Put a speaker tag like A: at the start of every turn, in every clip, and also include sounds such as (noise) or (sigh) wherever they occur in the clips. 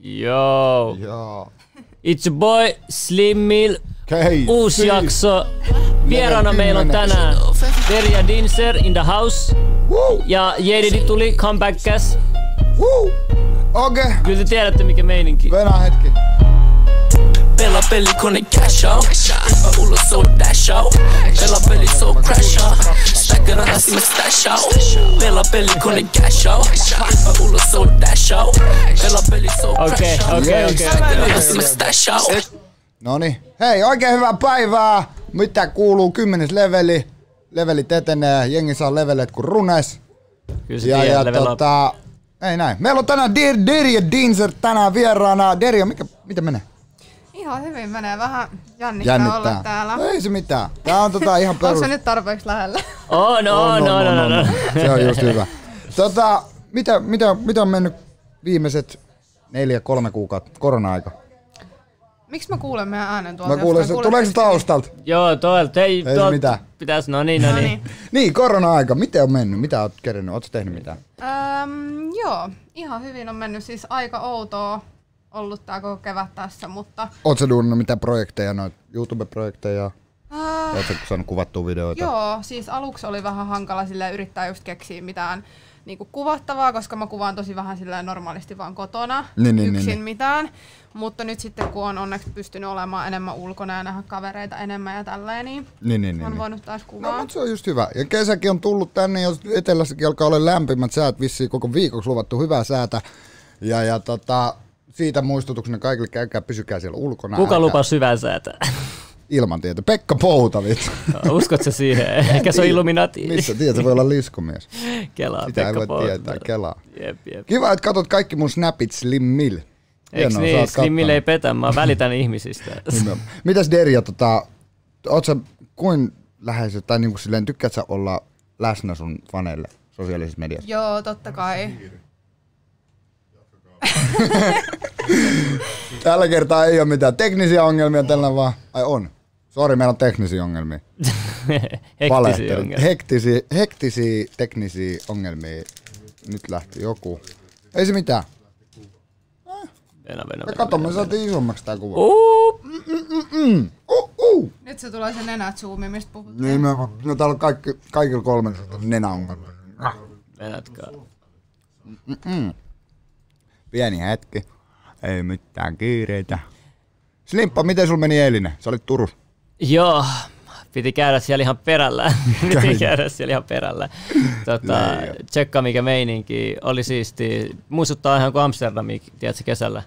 A: Yo.
B: Joo.
A: It's your boy Slim Mill.
B: Okay, hei.
A: Uusi
B: Siis-
A: jakso. Vieraana meillä on tänään Terja Dinser in the house.
B: Woo,
A: Ja Jedidi tuli comeback käs.
B: woo. Okei. Okay.
A: Kyllä te tiedätte mikä meininki.
B: Venää hetki.
C: Pelaa peli kone cash out Hyppää ulos se on dash out Pelaa peli se on crash out Stacka rahaa sinne stash out Pelaa peli kone cash out Hyppää ulos se on dash out Pelaa peli se on
A: Okei,
C: crash out
A: okei, okei.
C: Stacka rahaa sinne stash out
B: Noni. Hei, oikein hyvää päivää. Mitä kuuluu? Kymmenes leveli. Levelit etenee. Jengi saa leveleet kuin runes.
A: Kyllä se
B: Ja, ja
A: tiedät, level up.
B: tota... Ei näin. Meillä on tänään Dir, Dirje Dinser tänään vieraana. Derja, mikä, mitä menee?
D: Ihan hyvin menee. Vähän jännittää,
B: Jännittää.
D: olla täällä.
B: No Ei se mitään. Tää on tota
D: (laughs)
B: ihan
D: Onko
B: perus. No,
D: se nyt tarpeeksi lähellä? (laughs)
A: On, on, on, on, on.
B: Se on just
A: (laughs)
B: hyvä. Tota, mitä, mitä, mitä on mennyt viimeiset neljä, kolme kuukautta? Korona-aika.
D: Miksi mä kuulen meidän äänen tuolta?
B: Mä kuulen,
D: jostain?
B: se,
D: Kuuleeko
B: tuleeko se
D: se hyvin?
B: taustalta?
A: Joo, tuolta. Hei,
B: se
A: tuolta
B: mitään.
A: pitäis, no niin, no
D: No
A: niin.
D: niin.
B: Niin, korona-aika. Miten on mennyt? Mitä oot kerännyt? Ootko tehnyt mitään?
D: Öm, joo, ihan hyvin on mennyt. Siis aika outoa ollut tää koko kevät tässä, mutta...
B: Ootko sä duunannut mitään projekteja, noita YouTube-projekteja?
D: Äh,
B: Ootko saanut kuvattua videoita?
D: Joo, siis aluksi oli vähän hankala sille yrittää just keksiä mitään niinku kuvattavaa, koska mä kuvaan tosi vähän silleen normaalisti vaan kotona,
B: Niin, niin,
D: yksin
B: niin, niin.
D: mitään. Mutta nyt sitten kun on onneksi pystynyt olemaan enemmän ulkona ja nähdä kavereita enemmän ja tälleen, niin,
B: Niin, niin,
D: on
B: niin. niin.
D: voinut taas kuvaa.
B: No, mutta se on just hyvä. Ja kesäkin on tullut tänne, jos etelässäkin alkaa olla lämpimät säät, vissiin koko viikoksi luvattu hyvää säätä. Ja, ja tota, siitä muistutuksena kaikille, käykää pysykää siellä ulkona.
A: Kuka
B: älkää-
A: lupas hyvää
B: (laughs)
A: säätä?
B: Ilman tietä. Pekka Pouta, vittu.
A: Uskot sä siihen? Ehkä se on Illuminati.
B: Missä tiedät, se voi olla liskomies.
A: (laughs) Kelaa,
B: Sitä ei
A: Pekka
B: voi
A: Poutner.
B: tietää, kelaa.
A: Jep, jep.
B: Kiva, että katot kaikki mun snapit Slim Mill.
A: Eiks
B: Hienoa, sä
A: niin?
B: oot
A: Slimmille ei
B: kattonut.
A: petä, mä välitän ihmisistä.
B: (laughs)
A: (laughs)
B: Nimenomaan. Mitäs Derja, tota, oot sä kuin läheisö, tai niinku silleen, tykkäät sä olla läsnä sun faneille sosiaalisessa mediassa?
D: Joo, totta kai.
B: Tällä kertaa ei ole mitään teknisiä ongelmia, tällä vaan, ai on. Sori, meillä on teknisiä ongelmia.
A: (laughs) Hektisiä
B: Valehtelit.
A: ongelmia.
B: Hektisiä, hektisiä teknisiä ongelmia. Nyt lähti joku. Ei se mitään.
A: Venä, venä,
B: Me
A: venä,
B: katsomme, me
A: venä, venä.
B: saatiin isommaksi tää
A: Oh.
B: kuva.
A: Uup.
B: Uh, uh.
D: Nyt se tulee se nenäzoomi, mistä puhuttiin.
B: Niin, me, no täällä on kaikki, kaikilla kolmen nenäongelmia.
A: Venätkää.
B: Pieni hetki. Ei mitään kiireitä. Slimppa, miten sul meni eilinen? Sä olit Turus.
A: Joo, piti käydä siellä ihan perällä. (laughs) piti käydä siellä ihan perällä. Tota,
B: Niin
A: tsekkaa mikä meininki. Oli siisti. Muistuttaa ihan kuin Amsterdami, tiedätkö, kesällä.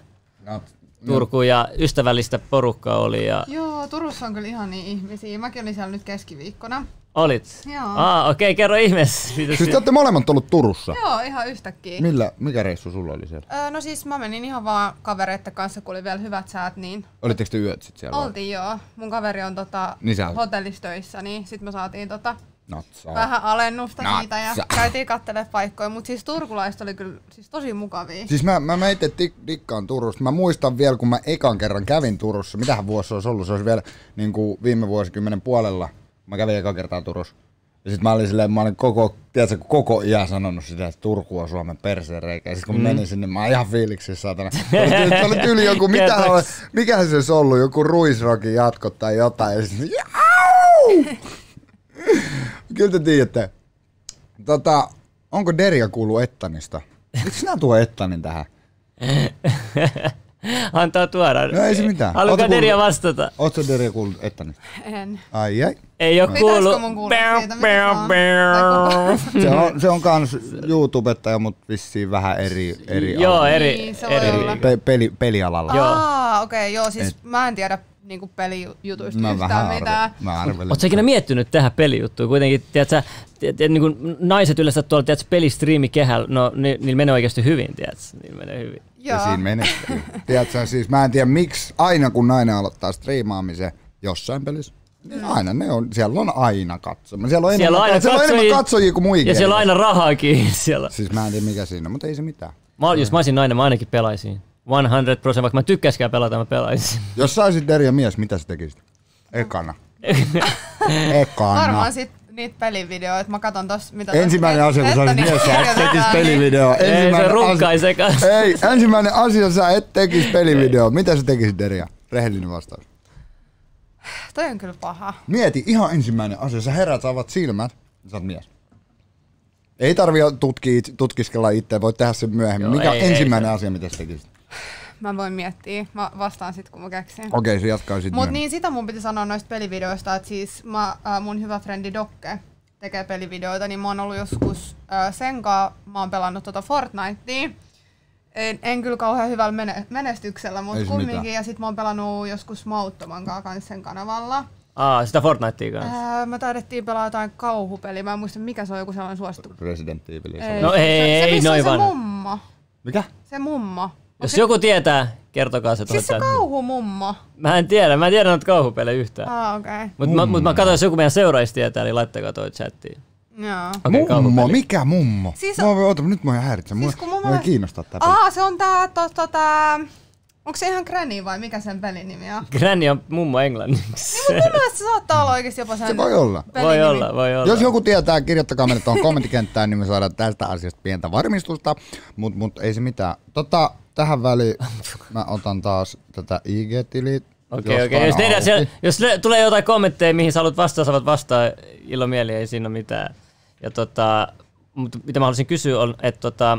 B: No,
A: Turku ja ystävällistä porukkaa oli ja
D: Joo, Turussa on kyllä ihan niin ihmisiä. Mäkin olin siellä nyt keskiviikkona.
A: olit.
D: Joo.
A: Aa, okei, kerro ihmeessä. (laughs) Mitä
B: siis te
A: si-
B: olette molemmat ollut Turussa.
D: Joo, ihan yhtäkkiä.
B: Millä, mikä reissu sulla oli siellä?
D: Öö, no siis mä menin ihan vaan kavereiden kanssa, kun oli vielä hyvät säät, niin
B: Olitteko te yöt sit siellä? vai?
D: Oltiin joo. Mun kaveri on tota
B: Niin sä olit.
D: hotellistöissä, niin sit me saatiin tota
B: Natsaa.
D: vähän alennusta siitä ja
B: Natsa.
D: käytiin kattelemaan paikkoja. Mut siis turkulaiset oli kyllä siis tosi mukavia.
B: Siis mä, mä, mä itse tik- dikkaan Turusta. Mä muistan vielä, kun mä ekan kerran kävin Turussa. Mitähän vuosi se olisi ollut? Se olisi vielä niin kuin viime vuosikymmenen puolella. Mä kävin ekan kertaa Turussa. Ja sit mä olin silleen, mä olin koko, tiedätkö, kun koko iän sanonut sitä, että Turku on Suomen perseenreikä. Ja sit kun mm. menin sinne, mä oon ihan fiiliksissä, saatana. Se oli tyli- Se oli tyyli joku, mitä
A: Kertoiko?
B: mikähän se olisi ollut, joku ruisrokin jatko tai jotain. Ja sit, jau! Kyllä te tiedätte. Tota, onko Derja kuullut Ettanista? Miksi sinä tuo Ettanin tähän?
A: Antaa tuoda.
B: No ei se mitään. Oota,
A: Alkaa
B: kuuluu.
A: Derja vastata.
B: Ootko sä Derja kuullut Ettanista?
D: En.
B: Ai ai.
A: Ei oo
D: Pitäisikö
A: kuullut.
D: mun kuulla siitä, mitä se on?
B: Se on, se on kans YouTubettaja, mut vissiin vähän eri, eri
A: Joo,
B: alalla.
A: eri,
D: Niin, se voi
A: eri.
D: olla.
B: Pe- peli, pelialalla.
A: Joo.
D: Aa, okei, okay, joo, siis mä en tiedä niinku pelijutuista
B: Mä vähän
D: yhtään
B: arvelin.
D: mitään.
B: Mä arvelin.
A: Oletko ikinä miettinyt tähän pelijuttuun? Kuitenkin, tiedätkö, tiedät, niin kuin naiset yleensä tuolla, tiedätkö, pelistriimikehällä, no ni, niillä menee oikeasti hyvin, tiedätkö? Niillä menee hyvin.
B: Ja
D: (laughs)
B: siinä menestyy. Tiedätkö, siis mä en tiedä miksi aina kun nainen aloittaa striimaamisen jossain pelissä, niin
D: Mm.
B: aina ne on, siellä on aina katsojia. Siellä on
A: Siellä on
B: enemmän,
A: aina
B: siellä on enemmän
A: katsojia,
B: katsojia kuin muikin.
A: Ja siellä on aina rahaakin siellä.
B: Siis mä en tiedä mikä siinä on, mutta ei se mitään.
A: Mä, ol- jos mä olisin nainen, mä ainakin pelaisin. 100%, vaikka mä tykkäskään pelata, mä
B: (laughs)
A: pelaisin. (laughs)
B: Jos sä olisit Derja mies, mitä sä tekisit? Ekana. Ekana.
D: Varmaan sit niitä pelivideoita. Mä katson tossa, mitä
B: Ensimmäinen
D: tos-
B: asia, kun sä
D: Ettoni
B: olisit mies, sä et
D: kirjoitetaan,
B: tekis
D: niin-
B: pelivideoa.
A: Ei, se
B: Ensimmäinen
A: runkai
B: asia-
A: se kanssa.
B: Ei, ensimmäinen asia, sä et tekis pelivideoa. Mitä sä tekisit, Deria? Rehellinen vastaus.
D: Toi on kyllä paha.
B: Mieti, ihan ensimmäinen asia. Sä herät, sä avaat silmät, ja sä oot mies. Ei tarvi tutkia, tutkiskella itse, voit tehdä sen myöhemmin.
A: Joo,
B: Mikä on
A: ei- ei
B: ensimmäinen
A: se-
B: asia, mitä sä tekisit?
D: Mä voin miettiä. Mä vastaan sit, kun mä keksin.
B: Okei, se jatkaa sitten
D: Mut niin sitä mun piti sanoa noista pelivideoista, että siis mä, äh, mun hyvä frendi Dokke tekee pelivideoita, niin mä oon ollut joskus äh, sen kanssa, mä oon pelannut tota Fortnitea. En, en kyllä kauhean hyvällä mene- menestyksellä,
B: Ei
D: mutta
B: se
D: kumminkin.
B: mitään.
D: Ja sit mä oon pelannut joskus mauttoman kanssa kans sen kanavalla.
A: Aa, sitä Fortnitea kanssa.
D: Ää, me taidettiin pelaa jotain kauhupeliä, mä en muista mikä se on, joku sellainen suosittu.
B: Resident Evil.
A: No ei,
D: se, se,
A: ei,
D: missä on
A: noin
D: se
A: vaan.
D: mummo.
B: Mikä?
D: Se mummo.
A: Jos joku tietää, kertokaa se
D: Siis se
A: tuossa.
D: kauhumummo.
A: Mä en tiedä, mä en tiedä noita kauhupelejä yhtään.
D: Ah, okei. Okay.
A: Mutta mä, mut
B: Mm.
A: mä katsoin, jos joku meidän seuraajista tietää, niin laittakaa toi chattiin.
D: Joo.
A: Okei,
B: mummo,
A: kauhupeli.
B: mikä mummo? Siis
D: Siis-
B: mua, oota, nyt mua ihan häiritsee. Mua,
D: Siis kun mun
B: mua ei
D: mielestä-
B: kiinnostaa tää peli.
D: Aa, se on tää, to, tota, onko se ihan Granny vai mikä sen pelin nimi on?
A: Granny on mummo englanniksi.
D: Mun mielestä se saattaa olla oikeesti jopa sen
B: Se voi olla.
D: pelin
A: voi
D: nimi.
A: olla, voi olla.
B: Jos joku tietää, kirjoittakaa meille
D: (laughs)
B: tuohon kommenttikenttään, niin me saadaan tästä asiasta pientä varmistusta, mutta mut ei se mitään. Tota,
A: (laughs)
B: tähän väliin mä otan taas tätä IG-tilit.
A: Okei, okei. Jos, tehdään siellä, jos le- tulee jotain kommentteja, mihin sä haluat vastaa, saavat vastaa ilo mieli, ei siinä ole mitään. Ja tota, mutta mitä mä haluaisin kysyä on, että tota,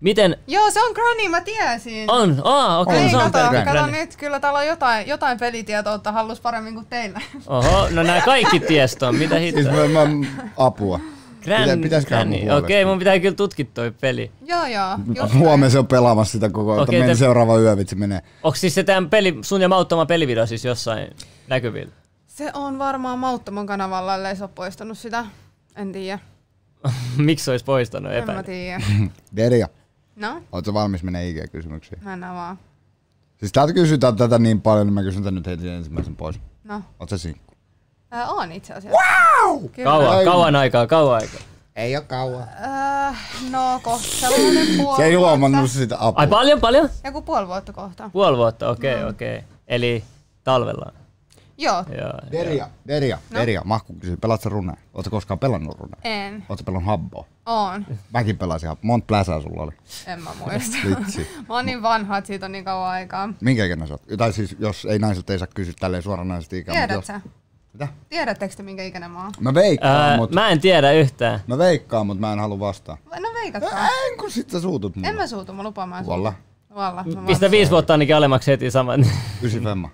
A: miten...
D: Joo, se on Granny, mä tiesin.
A: On, aa, okei,
B: On,
D: Ei,
A: se on
D: kato,
A: pelkkä
D: kato
A: Granny.
D: nyt, kyllä täällä on jotain, jotain pelitietoa, että hallus paremmin kuin teillä. (laughs)
A: Oho, no nämä kaikki tiesto on, mitä
B: Siis
A: hittoa.
B: mä, mä, apua. Pitä- pitäisiköhän mun
A: Granny.
B: huolestua?
A: Okei, mun pitää kyllä tutkia toi peli.
D: joo, joo. just
B: Huomenna se on pelaamassa sitä koko ajan.
A: Okei,
B: Okay, meidän
A: te-
B: seuraava yövitsi menee.
A: Onko siis se tämän peli, sun ja Mauttoma pelivideo siis jossain näkyvillä? (laughs)
D: Se on varmaan Mauttomon kanavalla, ellei se ole poistanut sitä. En tiedä.
A: Miksi se olisi poistanut
D: En mä
A: epäilyt?
D: tiedä.
B: Deria,
D: No,
B: ootko valmis menee IG-kysymyksiin?
D: mennään vaan.
B: Siis täältä kysytään tätä niin paljon, niin mä kysyn tän nyt heti ensimmäisen pois.
D: No,
B: Ootko sä sinkku?
D: äh, on itse asiassa. Wow! Kyllä.
A: Kauan,
B: Ai-
A: kauan aikaa, kauan aikaa.
B: Ei oo kauan.
D: Äh, no, kohta sellainen puoli
B: Se ei
D: vuotta.
B: huomannut sitä apua.
A: Ai paljon, paljon?
D: Joku puoli vuotta kohta.
A: Puoli vuotta, okei,
D: Mm.
A: okei. Eli talvella.
D: Joo,
A: Joo,
B: Deria, Deria,
D: No.
B: Deria, Mahku kysyy, pelaat sä runea? Ootko koskaan pelannut runea?
D: en.
B: Ootko pelannut habboa?
D: On.
B: Mäkin pelasin habboa. Mont pläsää sulla oli.
D: En mä muista.
B: (laughs) Vitsi.
D: mä oon niin vanha, että siitä on niin kauan aikaa.
B: Minkä ikäinen sä oot? Tai siis, jos ei naisilta ei saa kysyä tälleen suoranaisesti ikään. mut
D: Tiedät
B: jos-
D: sä?
B: Mitä?
D: Tiedättekö te minkä ikäinen mä oon?
B: Mä veikkaan,
A: Ää,
B: mut... Mä...
A: mä en tiedä yhtään.
B: veikkaan, mut mä en halua vastaa.
D: Vai- No veikatkaa.
B: En kun sit sä suutut mulle.
D: En mä suutu, mä lupaan mä en suutu.
B: Valla.
D: Valla. mä vaan-
A: Pistä viisi vuotta ainakin alemmaksi heti (laughs) saman.
B: Ysi femma.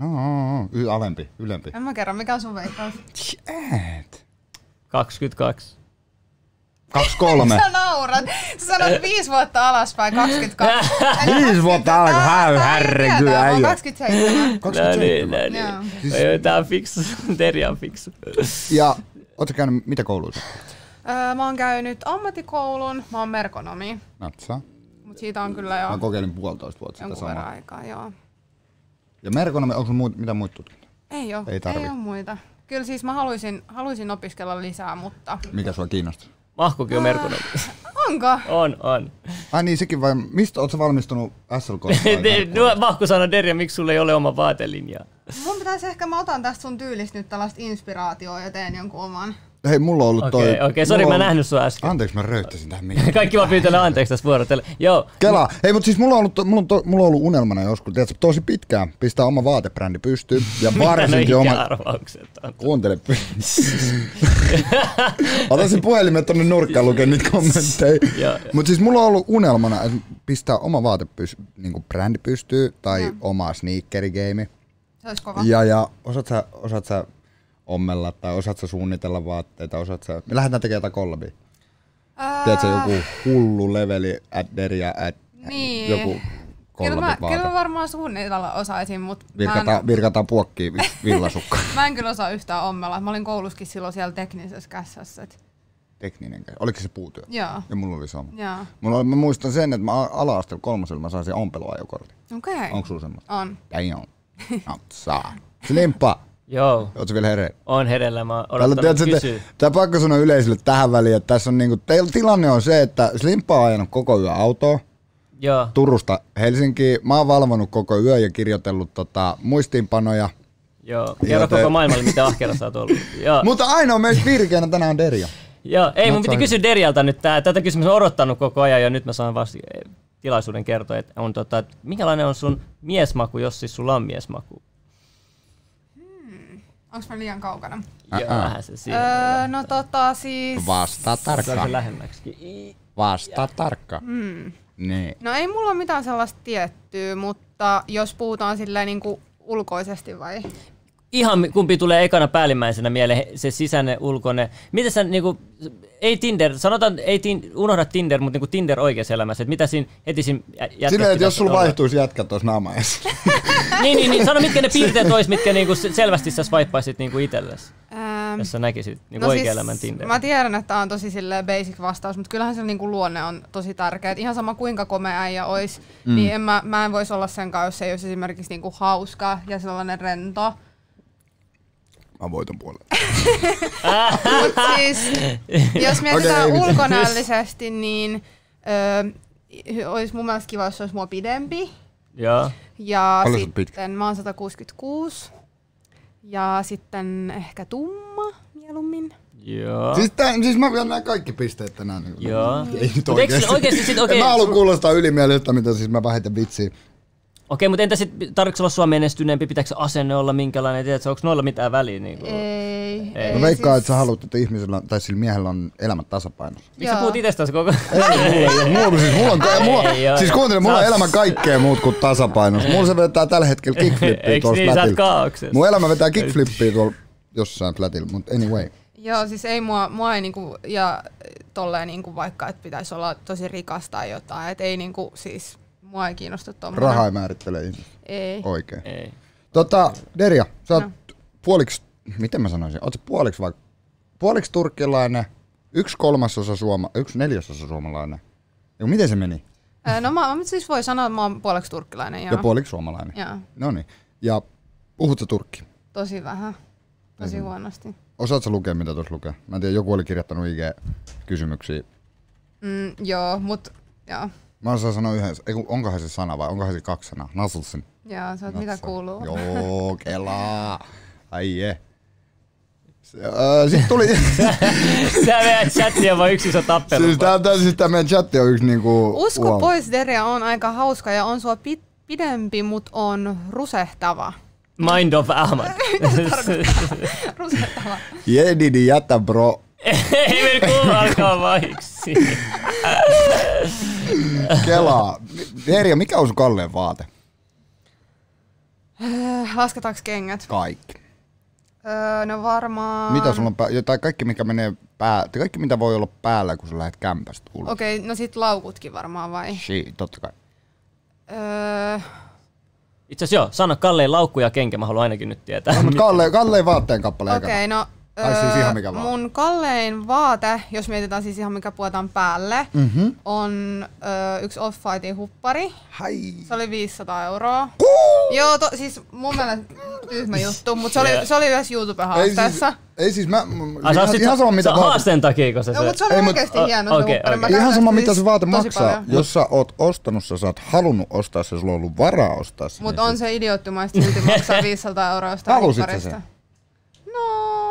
B: No, y- alempi, ylempi.
D: En mä kerro, mikä on sun veikkaus?
B: Et.
A: 22.
B: Kaksi (laughs) kolme.
D: Sä naurat. Sä sanot viisi vuotta alaspäin, 22.
B: Viisi vuotta alkaa. Häy,
D: Tää
B: härreky,
D: on
B: äijä.
D: 27.
A: No niin,
B: 27.
A: no niin.
D: Joo.
B: Siis-
A: Joo, Tää on fiksu. (laughs) Terja on fiksu.
B: Ja ootko käynyt mitä kouluissa?
D: Öö, mä oon käynyt ammattikoulun, mä oon merkonomi.
B: Natsaa.
D: Mut siitä on kyllä
B: Mä
D: jo
B: kokeilin puolitoista vuotta sitä
D: jonkun verran
B: samaa.
D: aikaa, joo.
B: Ja merkonomi, onko sun muut, mitä muita tutkintoja?
D: Ei oo,
B: Ei
D: ei,
B: tarvi.
D: ei oo muita. Kyllä siis mä haluaisin, haluaisin opiskella lisää, mutta...
B: Mikä sua kiinnostaa?
A: Mahkukin on merkunut.
D: Onko?
A: On, on.
B: Ai niin, sekin vai, mistä oot sä valmistunut SLK?
A: (laughs) Te- nuo- Mahku sanoi, Derja, miksi sulla ei ole oma vaatelinjaa?
D: Mun pitäisi ehkä, mä otan tästä sun tyylistä nyt tällaista inspiraatioa ja teen jonkun oman.
B: Hei, mulla on ollut toi...
A: Okei, okei, sori,
B: mulla
A: mä
B: on-
A: en nähnyt sua äsken.
B: Anteeksi, mä röyttäisin tähän
A: (laughs)
B: mihin.
A: Kaikki vaan pyytellä anteeksi tässä vuorotelle. Joo,
B: Kela. Hei, mutta siis mulla on, ollut, mulla, on to, mulla on ollut unelmana joskus, tiedätkö, tosi pitkään pistää oma vaatebrändi pystyyn ja varsinkin
A: (laughs) no oma...
B: oma...
A: arvaukset on.
B: Kuuntele. (laughs) Ota se puhelimen tonne nurkkaan lukee niitä kommentteja.
A: (laughs) Joo.
B: Mutta siis mulla on ollut unelmana, että pistää oma vaate pys, niinku brändi pystyy tai oma sneakerigeimi.
D: Se olisi kova.
B: Ja, ja osaat sä, osaat sä ommella tai osaat sä suunnitella vaatteita, osaat sä... Me lähdetään tekemään jotain kollabia.
D: Ää,
B: Tiedätkö, joku hullu leveli, at ja at,
D: Niin.
B: joku
D: kyllä, mä,
B: kollabit
D: kyllä mä
B: vaate.
D: varmaan suunnitella osaisin, mutta mä en,
B: Virkataan, virkataan puokkiin vi-
D: (laughs)
B: villasukka.
D: mä en kyllä osaa yhtään ommella. Mä olin kouluskin silloin siellä teknisessä kässässä. Et,
B: Tekninen käy. Oliko se puutyö?
D: joo,
B: Ja mulla oli sama.
D: joo.
B: Mulla oli, mä muistan sen, että mä ala-asteella kolmosella mä sain sen ompeluajokortin.
D: Okei. Okay.
B: Onko sulla semmoista?
D: On.
B: Damn. No, saa. Slimppa.
A: Joo,
B: Ootko vielä hereillä?
A: on herellä, mä oon
B: Täällä,
A: odottanut
B: tiedätkö,
A: kysyä.
B: te, tää pakko sanoa yleisölle tähän väliin, että tässä on niinku, teillä tilanne on se, että Slimpa on ajanut koko yön autoa
A: Joo,
B: Turusta Helsinkiin. Mä oon valvonut koko yön ja kirjoitellut tota, muistiinpanoja.
A: Joo, kerro koko maailmalle, mitä ahkera sä oot ollut. Joo.
B: Mutta ainoa meistä virkeänä tänään on Derja.
A: Joo, ei, mun
B: Not
A: piti
B: sorry.
A: kysyä Derjalta nyt. Tää, tätä kysymystä on odottanut koko ajan ja nyt mä saan vasta eh, tilaisuuden kertoa, että on tota, et minkälainen on sun miesmaku, jos siis sulla on miesmaku?
D: Onks mä liian kaukana?
A: Joo,
B: Ah, ah.
A: vähän se siinä.
D: Öö, no tota siis...
B: Vasta
A: Saanko
B: tarkka.
A: se Mm. lähemmäksi?
B: Vasta tarkka. Niin.
D: No ei mulla ole mitään sellaista tiettyä, mutta jos puhutaan silleen niinku ulkoisesti vai?
A: Ihan kumpi tulee ekana päällimmäisenä mieleen, se sisäinen, ulkoinen. Miten sä niinku, ei Tinder, sanotaan, ei tin, unohda Tinder, mutta niinku Tinder oikeassa elämässä, että mitä siinä heti siinä jä- jätkässä
B: Silleen, että jos
A: pitäisi
B: sulla
A: olla?
B: vaihtuisi jätkä tuossa naamaessa.
A: Niin, niin, niin, sano mitkä ne piirteet ois, mitkä niinku se- selvästi sä swipaisit niinku itsellesi,
D: Ähm,
A: jos sä näkisit niinku no oikean siis, elämän Tinder.
D: Mä tiedän, että tämä on tosi sille basic vastaus, mutta kyllähän se niinku luonne on tosi tärkeä. Et ihan sama kuinka komea äijä olisi, mm. niin en mä, mä en voisi olla sen kanssa, jos se ei olisi esimerkiksi niinku hauska ja sellainen rento.
B: (laughs) Mä voiton puolella. (laughs)
D: Mut siis, jos mietitään
B: Okei,
D: okay,
B: ei
D: ulkonäöllisesti, niin öö, olisi mun mielestä kiva, jos se olisi mua pidempi.
A: Joo.
D: Ja
B: Paljon sä oot pitkä?
D: sitten mä oon 166. Ja sitten ehkä tumma mieluummin.
A: Joo.
B: Siis, tää, siis mä vielä nämä kaikki pisteet tänään. Niin kuin-
A: Joo.
B: Ei nyt
A: Mut eikö se
B: oikeesti.
A: oikeesti sit- okei.
B: En Mä haluan kuulostaa ylimieliltä, mitä siis mä vähiten vitsiä.
A: Okei, mutta entä sitten, tarvitsetko olla sua menestyneempi, pitääkö se asenne olla minkälainen, tiedätkö, onko noilla mitään väliä? Niinku?
D: Ei. siis
A: Ei. siis-
B: Mä veikkaan, että sä haluat, että ihmisellä tai sillä miehellä on elämä tasapainossa.
A: Miksi sä
D: Joo.
A: puhut itsestäsi koko
B: (laughs)
A: ajan?
B: Mulla, on- siis mulla on, mulla,
A: Ei oo.
B: siis kuuntele, mulla on
A: Sä-
B: elämä kaikkea muut kuin tasapainossa. Mulla se vetää tällä hetkellä kickflippiä
A: Eiks
B: tuossa
A: niin, sä oot
B: flätillä.
A: kaauksessa.
B: Mun elämä vetää kickflippiä tuolla jossain flätillä, mutta anyway.
D: Joo, siis ei mua, mua ei niinku, ja tolleen niinku vaikka, että pitäisi olla tosi rikas tai jotain, et ei niinku, siis mua ei kiinnosta tuommoinen.
B: Raha ei määrittele ihmistä
D: Ei.
B: oikein.
A: Ei.
B: Tota, Derja, sä oot
D: No.
B: puoliksi, miten mä sanoisin, oot sä puoliksi vai puoliksi turkkilainen, yksi kolmasosa suoma, yksi neljäsosa suomalainen. Eiku, miten se meni?
D: Ö, No mä, mä siis voi sanoa, että mä oon puoleksi turkkilainen. Joo.
B: Ja puoliksi suomalainen.
D: No. Joo,
B: No niin. Ja puhut sä turkki.
D: tosi vähän.
B: Mm.
D: Tosi huonosti.
B: Osaat sä lukea, mitä tuossa lukee? Mä en tiedä, joku oli kirjoittanut IG-kysymyksiä.
D: Mm, joo, mut joo.
B: Mä osaan sanoa yhden, eiku, onkohan se sana vai onkohan se kaksi sanaa? Nasulsin.
D: Joo, sä oot mitä kuuluu. (laughs)
B: Joo, kelaa. Ai je. Sitten
D: (laughs)
B: tuli...
A: Sä vedät chattia vaan yksin sä tappelu.
B: Siis tää, tää, siis tää meidän chatti on yksi niinku...
D: Usko pois, Derja on aika hauska ja on sua pit, pidempi, mut on rusehtava. (laughs)
A: Mind of Ahmad. (laughs)
D: rusehtava.
B: Jedidi jätä bro.
A: Ei mene kuulla alkaa vaiksi.
B: Kelaa. Herja, mikä on sun kalleen vaate?
D: Ö, Lasketaanko Äh, kengät?
B: Kaikki.
D: Öö, no varmaan...
B: Mitä sulla on pää... Tai kaikki mikä menee pää... Tai kaikki mitä voi olla päällä, kun sä lähdet kämpästä ulos. Okay.
D: Okei, no sit laukutkin varmaan vai?
B: Shit, totta kai.
D: Öö,
A: Itse asiassa joo, sano Kalleen laukku ja kenkä, mä haluan ainakin nyt tietää.
B: No, mut Kalle, Kalleen vaatteen kappale
D: Okei, okay, no
B: Tai siis
D: öö,
B: ihan mikä vaan.
D: mun kallein vaate, jos mietitään siis ihan mikä puetaan päälle,
B: Mhm.
D: mm-hmm. on öö, yksi Off-Whitein huppari.
B: Hai.
D: Se oli 500 euroa. Joo, to, siis mun mielestä tyhmä juttu, mutta se oli,
A: Yeah.
D: se oli
B: Siis Ei
D: yhdessä
B: siis,
D: YouTube-haasteessa.
B: ei siis mä...
A: Ai,
B: Ah,
A: sä oot
B: ihan,
A: sit-
B: ihan sama mitä
A: sä-
B: vaate.
A: Haasteen takia, kun sä
D: No, mutta se oli
B: Ei, mut-
D: oikeasti
A: o-
D: hieno se
A: okei,
D: huppari. Mä
A: okei.
B: Ihan
D: käytän
B: sama
D: sitä
B: mitä se vaate
D: tosi
B: maksaa.
D: paljon.
B: Jos sä oot ostanut sen, sä oot halunnut ostaa sen, sulla on ollut varaa ostaa sen.
D: Mutta on se idioottimaista silti
B: (laughs)
D: maksaa 500 euroa jostain
B: Halusit sä
D: hupparista.
B: sen?
D: No,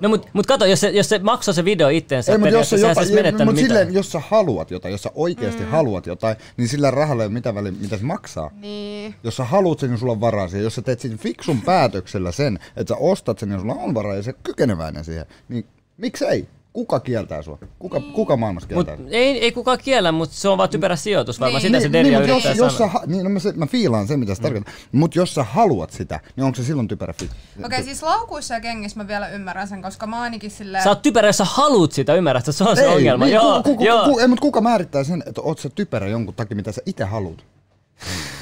A: No mut, mut kato, jos se, jos se maksoi se video itteensä,
B: Ei, mutta jos,
A: periaatteessa
B: sä
A: sehän
B: jopa,
A: sä et
B: ei,
A: menettänyt
B: mut
A: mitään.
B: silleen, jos sä haluat jotain, jos sä oikeasti mm. haluat jotain, niin sillä rahalla ei ole mitään väliä, mitä se maksaa.
D: niin.
B: Jos sä haluat sen, niin sulla on varaa siihen. Jos sä teet sen fiksun päätöksellä sen, että sä ostat sen, niin sulla on varaa ja sä oot kykeneväinen siihen, niin miksei? Kuka kieltää sua? Kuka,
D: Niin.
B: kuka maailmassa
A: Mut
B: kieltää sua?
A: ei, ei kukaan kiellä, mutta se on vaan typerä sijoitus varmaan.
D: Niin.
A: Sitä se
B: Niin, niin,
A: Derja
B: mut jos,
A: yrittää
B: jos sä,
A: sanoa.
B: ha- niin, no mä, se, mä fiilaan sen, mitä se mm. tarkoittaa. Mutta jos sä haluat sitä, niin onko se silloin typerä fi-
D: Okei, okay, siis laukuissa ja kengissä mä vielä ymmärrän sen, koska mä ainakin silleen...
A: Sä oot typerä, jos sä haluut sitä, ymmärrät sä? Se on se
B: ei,
A: ongelma.
B: Niin,
A: Joo,
B: ku, ku,
A: joo.
B: Ku, ei, mutta kuka määrittää sen, että oot sä typerä jonkun takia, mitä sä itse haluat?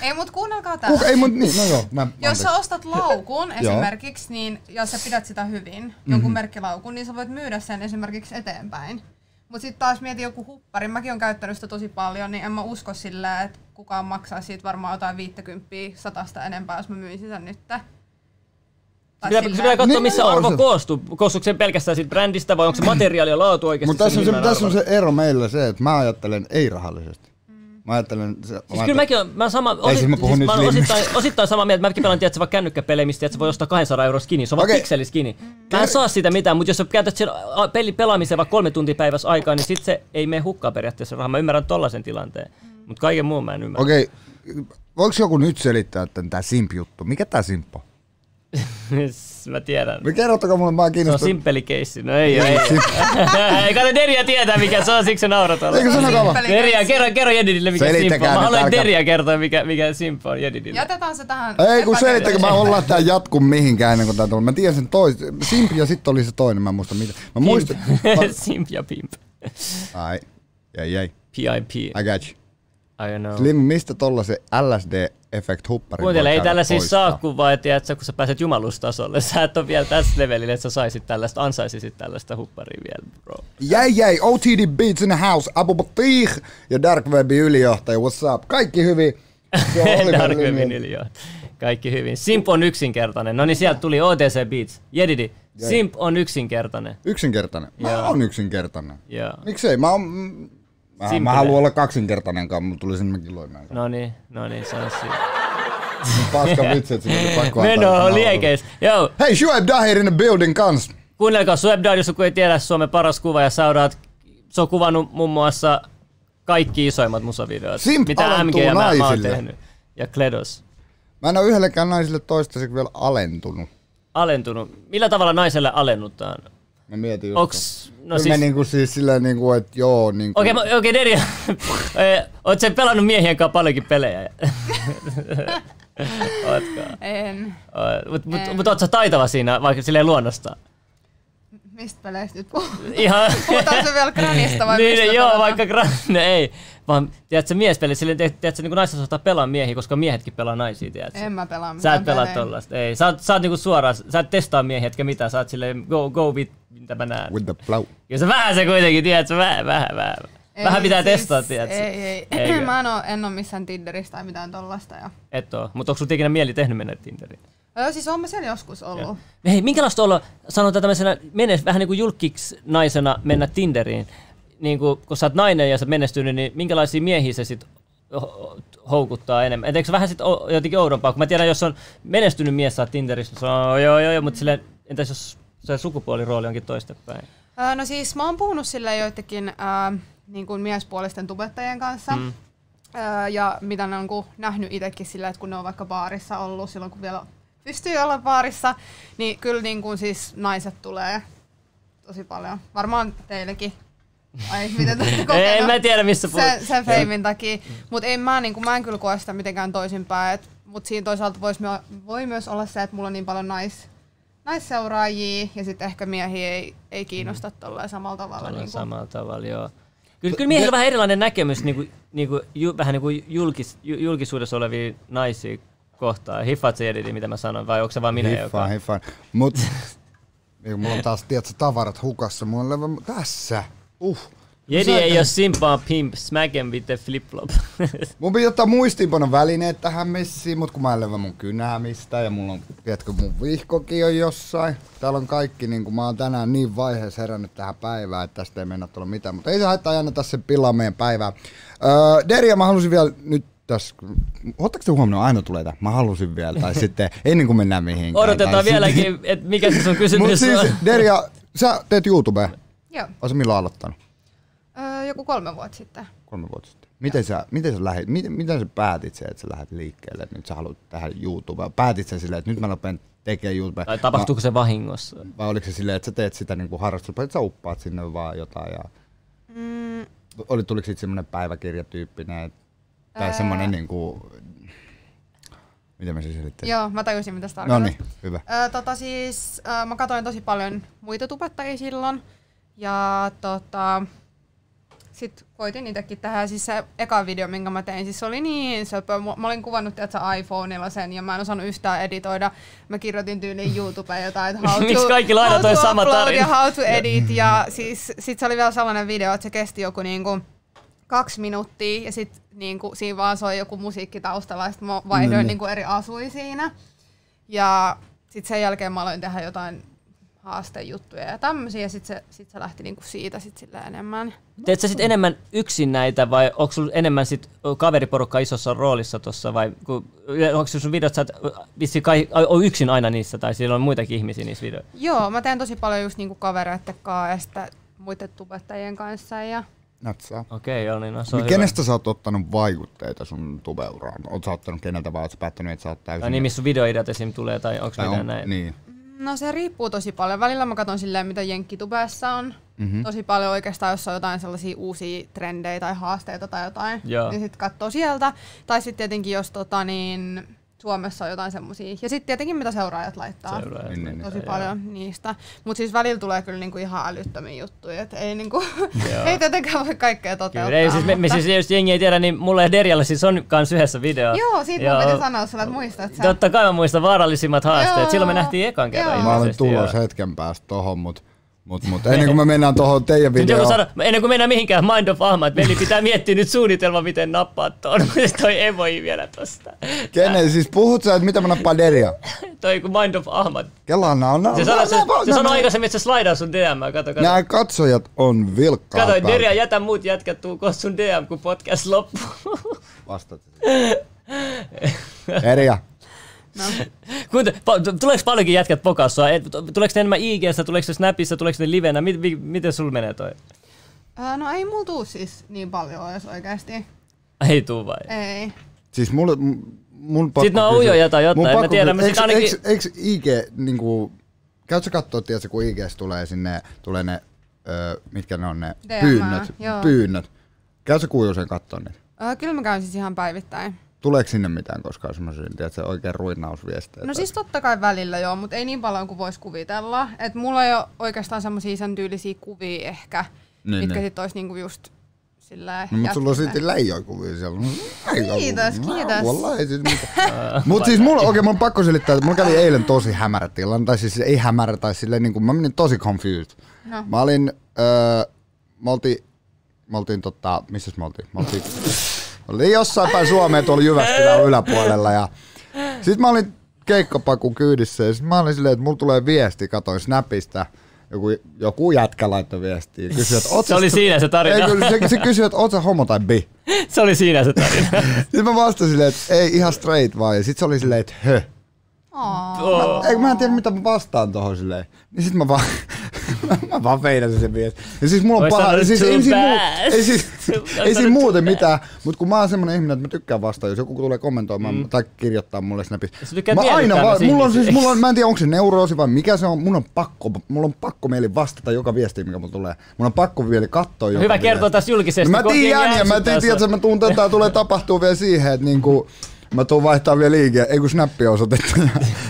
D: Ei, mut kuunnelkaa tää.
B: Kuka, ei, mut, niin, no joo. Mä,
D: Jos
B: anteeksi.
D: sä ostat laukun esimerkiksi, niin jos sä pidät sitä hyvin, jonkun merkkilaukun, niin sä voit myydä sen esimerkiksi eteenpäin. Mutta sitten taas mieti joku huppari, mäkin on käyttänyt sitä tosi paljon, niin en mä usko sillä, että kukaan maksaa siitä varmaan jotain 50 satasta enempää, jos mä myisin sen nyt. Tai
A: Pitää,
D: silleen.
A: pitää katsoa,
B: Niin,
A: missä
B: joo,
A: arvo
B: se-
A: koostuu. Koostuuko se pelkästään siitä brändistä vai onko se materiaali ja laatu oikeasti
B: Mutta tässä, on se,
A: millainen
B: tässä on
A: arvo?
B: se ero meillä se, että mä ajattelen ei-rahallisesti. Mm. Mä ajattelen... Se, mä
A: Siis kyllä mäkin on, mä sama, osi,
B: siis mä puhun nyt
A: mä olen
B: slimmistä.
A: osittain, osittain samaa mieltä, mäkin pelaan tiedätkö, vaikka kännykkäpelejä, mistä tiedätkö, voi ostaa 200 euroa skini, se on vaan
B: Okei.
A: pikseli skini. Mä en saa sitä mitään, mutta jos sä käytät sen a, peli pelaamiseen vaikka kolme tuntia päivässä aikaa, niin sit se ei mene hukkaan periaatteessa rahaa. Mä ymmärrän tollasen tilanteen, mutta kaiken muun mä en ymmärrä.
B: Okei, voiko joku nyt selittää tämän tää simp-juttu? Mikä tää simp on?
A: mä tiedän.
B: No kerrottakaa mulle, mä
A: Se on
B: kiinnostunut.
A: simppeli keissi. No ei, oo, ei. (laughs) ei kannata Deria tietää mikä se on, siksi se naurataan.
B: Eikö sanokaa vaan?
D: Simppeli
A: Deria,
D: keissi.
A: kerro, kerro Jedidille mikä
B: Selittäkää
A: simppo on. Mä
B: nyt,
A: haluan
B: älkää-
A: Deria kertoa mikä, mikä simppo on Jedidille.
D: Jätetään se tähän.
B: Ei kun se, että kun
D: epäterveeseen.
B: mä ollaan tää jatku mihinkään ennen kuin tää tulee. Mä tiedän sen tois. Simp ja sitten oli se toinen, mä en muista mitä. Mä muistan.
A: (laughs) Pimp. Simp ja pimp.
B: Ai, jäi jäi.
A: PIP.
B: I got you.
A: I don't know.
B: Slim, mistä tolla se LSD-effekt huppari
A: Kuuntele, ei tällä siis saa kuvaa, tiedätkö, kun sä pääset jumalustasolle. Sä et ole vielä tässä levelillä, että sä saisit tällaista, ansaisisit tällaista hupparia vielä, bro.
B: Jäi jäi, OTD Beats in the house, Abu Batih ja Dark Webin ylijohtaja, what's up?
A: (laughs)
B: Kaikki hyvin. Se on Oliver
A: Dark Webin
B: Lymin.
A: yli, joo. Kaikki hyvin. Simp on yksinkertainen. No niin, sieltä tuli OTC Beats. Jedidi, Simp on yksinkertainen.
B: Yksinkertainen. Mä
A: Joo.
B: oon yksinkertainen.
A: Joo.
B: Miksei? Mä oon... mm, Mä, mä
A: Simppele.
B: haluan olla kaksinkertainenkaan, mutta tuli sinne kiloimään.
A: No niin, no niin, se on siinä. (laughs)
B: Paska vitsi, että sinne oli pakko antaa
A: Meno on
B: tämä
A: liekeis. Joo,
B: Hei, Shoaib Dahir in the building kans.
A: kuunnelkaa Sweb Darius, kun ei tiedä Suomen paras kuva ja sauraat. Se on kuvannut muun muassa kaikki isoimmat musavideot,
B: Simp
A: mitä MG
B: alentuu
A: ja mä, mä oon
B: naisille.
A: tehnyt. Ja Kledos.
B: Mä en oo yhdellekään naiselle toistaiseksi vielä alentunut.
A: Alentunut. Millä tavalla naiselle alennutaan?
B: Mä mietin just.
A: Onks... No
B: Kyllä siis...
A: siis...
B: mä niinku siis sillä niinku, et joo niinku.
A: Okei, okay, okei, okay, (laughs) Deria. Oot sä pelannut miehien kanssa paljonkin pelejä? (laughs) Ootko?
D: En.
A: Mutta mut, mut, oot sä taitava siinä, vaikka silleen luonnosta?
D: Mistä peleistä nyt puhutaan?
A: Ihan...
D: (laughs) Puhutaan
A: (laughs)
D: se vielä Granista vai mistä?
A: niin, joo,
D: pelataan?
A: vaikka gran... no, (laughs) ei. Vaan, tiedätkö, miespeli, silleen, tiedätkö, niin naiset osataan pelaa miehiä, koska miehetkin pelaa naisia, tiedätkö?
D: En mä pelaa mitään
A: Sä et pelaa
D: pelejä.
A: tollasta, ei. Sä oot, sä oot niinku suoraan, sä et testaa miehiä, etkä mitään, sä oot silleen go, go with, mitä mä näen.
B: With the flow.
A: Kyllä se vähän se kuitenkin, tiedätkö, vähän, vähän, vähän.
D: Ei,
A: vähän pitää
D: siis,
A: testaa, tiedätkö?
D: Ei, ei.
A: Eikö?
D: (laughs) mä en oo, en oo missään Tinderissä tai mitään tollasta. Ja...
A: Et oo. Mut onko sun ikinä mieli tehnyt mennä Tinderiin?
D: Joo, siis oon mä siellä joskus ollut.
A: Hei, minkälaista olla, sanotaan tämmöisenä, menes, vähän niin kuin julkiksi naisena mennä Tinderiin, niin kuin, kun sä oot nainen ja sä oot menestynyt, niin minkälaisia miehiä se sit ho- houkuttaa enemmän? Et eikö se vähän sit o- jotenkin oudompaa, kun mä tiedän, jos on menestynyt mies, sä oot Tinderissä, se on joo joo joo, mutta silleen, entäs jos se sukupuolirooli onkin toistepäin?
D: Öö, no siis mä oon puhunut sille joitakin öö, niin kuin miespuolisten tubettajien kanssa. Mm. Öö, ja mitä ne on ku, nähnyt itsekin sillä, että kun ne on vaikka baarissa ollut silloin, kun vielä pystyy olla baarissa, niin kyllä niin kuin siis naiset tulee tosi paljon. Varmaan teillekin.
A: (laughs)
D: Ai, miten tästä
A: Ei, mä tiedä, missä puhut.
D: sen, sen feimin takia. Mutta en mä, niin mä en kyllä koe sitä mitenkään toisinpäin. Mutta siinä toisaalta vois, myö- voi myös olla se, että mulla on niin paljon nais, naisseuraajia ja sitten ehkä miehiä ei, ei kiinnosta tolleen samalla tavalla.
A: Ollaan
D: Niin kuin,
A: samalla tavalla, joo. Kyllä, kyllä miehillä on vähän erilainen näkemys niin kuin, niin kuin, ju, vähän niin kuin julkis, ju, julkisuudessa olevia naisia kohtaan. Hiffaat se editi, mitä mä sanon, vai onko se vaan minä, joka...
B: Hiffaan, hiffaan. Mut, niin mulla on taas, tiedätkö, tavarat hukassa. Mulla on levä, tässä. Uh.
A: Jedi
B: Sä-
A: ei ole simpaa pimp, smack him with the flip (laughs) flop.
B: Mun pitää ottaa muistiinpanon välineet tähän messiin, mut kun mä en levä mun kynää mistään ja mulla on, tiedätkö, mun vihkokin on jossain. Täällä on kaikki, niin kun mä oon tänään niin vaiheessa herännyt tähän päivään, että tästä ei mennä tulla mitään. Mutta ei se haittaa, ei anneta sen pilaa meidän päivää. Öö, Deria, mä halusin vielä nyt tässä, ottaako te huomioon, aina tulee tää, mä halusin
A: (laughs)
B: vielä, tai sitten ennen kuin mennään mihinkään. tai
A: Odotetaan
B: sitten- (laughs)
A: vieläkin, että mikä se sun
B: Mut
A: kysymys
B: siis,
A: on.
B: Derja, sä teet YouTubea.
D: joo,
B: Oletko milloin aloittanut?
D: öö, joku kolme vuotta sitten.
B: Kolme vuotta sitten. Miten sä, miten sä, lähet, miten, miten sä päätit sen, että sä lähdet liikkeelle, että nyt sä haluat tehdä YouTubea? Päätit sä silleen, että nyt mä lopen tekemään YouTubea?
A: Tai tapahtuuko se vahingossa?
B: Vai, vai oliko se silleen, että sä teet sitä niin kuin harrastusta, että sä uppaat sinne vaan jotain? Ja... Mm. Oli, tuliko siitä semmoinen päiväkirjatyyppinen, et- tai semmoinen niin kuin... Miten mä sen selittelin?
D: Joo, mä tajusin mitä sä
B: No
D: tarkoitat.
B: niin, hyvä.
D: Ö, tota siis, ö, mä katsoin tosi paljon muita tubettajia silloin. Ja tota, sit koitin itsekin tehdä. Siis se eka video, minkä mä tein, siis se oli niin söpö. Mu- Mä olin kuvannut tiedätkö, iPhoneilla sen ja mä en osannut yhtään editoida. Mä kirjoitin tyyliin YouTubeen jotain, että how to,
A: (laughs) Miksi kaikilla aina
D: how
A: toi
D: to
A: sama
D: upload
A: tarina?
D: Ja how to edit. Ja siis sit se oli vielä sellainen video, että se kesti joku niinku kaksi minuuttia ja sit niinku, siinä vaan soi joku musiikki taustalla ja sit mä vaihdoin
B: No niin.
D: niinku eri asui siinä. Ja sitten sen jälkeen mä aloin tehdä jotain haastejuttuja ja tämmöisiä, ja sitten se, sit se lähti niinku siitä sit sillä enemmän.
A: Teet sä sit enemmän yksin näitä vai onko sulla enemmän sit kaveriporukka isossa roolissa tuossa vai onko sun videot, sä et vissi kai, ai- oo yksin aina niissä tai siellä on muitakin ihmisiä niissä videoissa?
D: Joo, mä teen tosi paljon just niinku kavereitten kanssa ja sitä muiden tubettajien kanssa ja
B: Natsaa.
A: Okei, joo, niin no, se on
B: Niin
A: hyvä.
B: kenestä sä oot ottanut vaikutteita sun tubeuraan? Oot sä ottanut keneltä vai oot sä päättänyt, että sä oot täysin...
A: Tai niin, missä sun videoideat esim. tulee tai onko
B: tai
A: mitään
B: on,
A: näin?
B: Niin.
D: No se riippuu tosi paljon. Välillä mä katson silleen, mitä Jenkkitubessa on.
A: Mhm.
D: Mm-hmm. Tosi paljon oikeastaan, jos on jotain sellaisia uusia trendejä tai haasteita tai jotain,
A: Joo.
D: niin sitten katsoo sieltä. Tai sitten tietenkin, jos tota, niin Suomessa on jotain semmoisia. Ja sitten tietenkin, mitä seuraajat laittaa.
A: Seuraa.
B: Niin, niin, niin.
D: Tosi paljon niistä. Mutta siis välillä tulee kyllä niinku ihan älyttömiä juttuja. Et ei, niinku,
A: (laughs) Joo.
D: ei tietenkään voi kaikkea toteuttaa.
A: Kyllä, ei, siis, me, me
D: mutta-
A: siis, jos jengi ei tiedä, niin mulla ja Derjalla siis on kans yhdessä video.
D: Joo, siitä joo. mä piti sanoa sulle, että muistat sä.
A: Totta kai mä muistan vaarallisimmat haasteet.
D: Joo.
A: Silloin me nähtiin ekan kerran
D: Joo.
B: Mä olen
A: ilmeisesti,
B: tulos
A: joo.
B: hetken päästä tohon, mut, mut, mut ennen kuin me mennään tohon teidän
A: Nyt joku
B: videoon,
A: sanoi, ennen kuin mennään mihinkään Mind of Ahma, että veli pitää miettiä nyt suunnitelma, miten nappaa tuon. (laughs) Sitten toi emoi vielä tosta.
B: kenen, siis puhut sä, että mitä mä nappaan deria?
A: Toi kun Mind of Ahma.
B: Kelaan nää on nää-
A: Se sanoi, se,
B: nää- nää-
A: se
B: nää-
A: sanoi aikaisemmin, että se slaidaa sun DM. Kato, kato.
B: Nää katsojat on vilkkaat.
A: Kato, Derja, jätä muut jätkät, tuuko sun DM, kun podcast loppuu. (laughs)
B: Vastat. Derja.
D: (laughs)
A: Kuinka, pa- tuleeko paljonkin jätkät pokaa sua? Et- Tuleeko ne enemmän IG-ssä, tuleeko ne Snapissa, tuleeko ne livenä? Mit, mi, miten sul menee toi?
D: Ää, No ei mulla tuu siis niin paljon, jos oikeasti.
A: Ei tuu vai?
D: Ei.
B: Siis mulle, m- mun pakko
A: Sitten ne on ujoja tai jotain,
B: mun
A: en mä
B: pakko
A: tiedä,
B: kysyä.
A: mä sit
B: Eiks-
A: ainakin-
B: eiks- eiks IG, niinku, käyt sä kattoo, tiedätkö, kun IGs tulee sinne, tulee ne, ö, mitkä ne on ne,
D: DM,
B: pyynnöt,
D: joo.
B: pyynnöt. Käyt sä kuujosen kattoo niitä?
D: Ö, Kyllä mä käyn siis ihan päivittäin.
B: Tuleeko sinne mitään koskaan semmoisia, tiedätkö, oikein ruinausviestejä?
D: No
B: tai-
D: siis totta kai välillä joo, mutta ei niin paljon kuin voisi kuvitella. Et mulla ei ole oikeastaan semmoisia sen tyylisiä kuvia ehkä,
B: Niin,
D: niin, mitkä
B: niin.
D: niin. sit olisi niinku just sillä
B: No, mutta sulla on silti läijoikuvia siellä. No, läijoikuvia.
D: Kiitos, kiitos.
B: Wallahi, siis Mutta siis mulla, okei, mun on pakko selittää, että mulla kävi eilen tosi hämärä tilanne, tai siis ei hämärä, tai silleen niin kuin, mä menin tosi confused.
D: No.
B: Mä olin, öö, mä oltiin, mä oltiin tota, missäs me oltiin? Mä oltiin, olin jossain päin Suomea tuolla Jyväskylän yläpuolella ja sitten mä olin keikkapaku kyydissä ja sitten mä olin silleen, että mulla tulee viesti, katoin Snapista, joku, joku jätkä laittoi viestiä. Kysyi, että oot
A: Se
B: sä-
A: oli siinä se tarina.
B: Ei, kyllä, se, se kysyi, että oot sä homo tai bi?
A: Se oli siinä se tarina.
B: (laughs) Sitten Niin mä vastasin silleen, että ei ihan straight vaan. Ja sit se oli silleen, että hö.
A: oh.
B: Ei, mä en tiedä mitä mä vastaan tohon silleen. Niin sit mä vaan, (laughs) mä vaan veinasin sen viestin. Ja siis mulla on
A: Ois
B: paha,
A: sanonut
B: siis
A: too
B: ei, siinä muu,
A: bad.
B: ei,
A: (laughs)
B: siis,
A: Ois
B: ei siinä
A: sanonut
B: muuten
A: too
B: mitään, mut kun mä oon semmonen ihminen, että mä tykkään vastaan, jos joku tulee kommentoimaan mm. tai kirjoittaa mulle snapissa.
A: Sä tykkäät
B: Mä aina
A: miellyttää
B: vaan,
A: myös
B: mulla on
A: ihmisiä.
B: siis, mulla on, mä en tiedä onko se neuroosi vai mikä se on, mun on pakko, mulla on pakko mieli vastata joka viestiin, mikä mulla tulee. Mun on pakko mieli katsoa joka
A: Hyvä kertoa
B: viesti.
A: tässä julkisesti.
B: No mä
A: kun jengi
B: tiedän, ja mä
A: ärsyttää
B: tiedän,
A: sua.
B: että mä tuun tätä, tulee tapahtuu vielä siihen, että niinku, mä tuun vaihtaa vielä liike, ei kun snappia osoitetta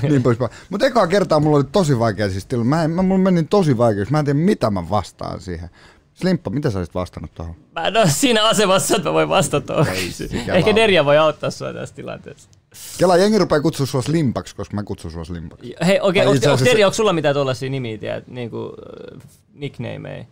B: ja niin poispäin. Mutta ekaa kertaa mulla oli tosi vaikea siis tilanne. Mä, en- mä, mulla meni tosi vaikeus, mä en tiedä mitä mä vastaan siihen. Slimppa, mitä sä olisit vastannut tuohon?
A: Mä en ole siinä asemassa, että mä voin vastata tuohon.
B: sikälauta.
A: (laughs) Ehkä Derja voi auttaa sua tässä tilanteessa.
B: Kela jengi rupeaa kutsua sua Slimpaksi, koska mä kutsun sua Slimpaksi.
A: Hei, okei,
B: itse
A: okay, onko
B: asiassa-
A: Derja, onko sulla mitään tuollaisia nimiä, tiedät, niinku äh, nicknameja?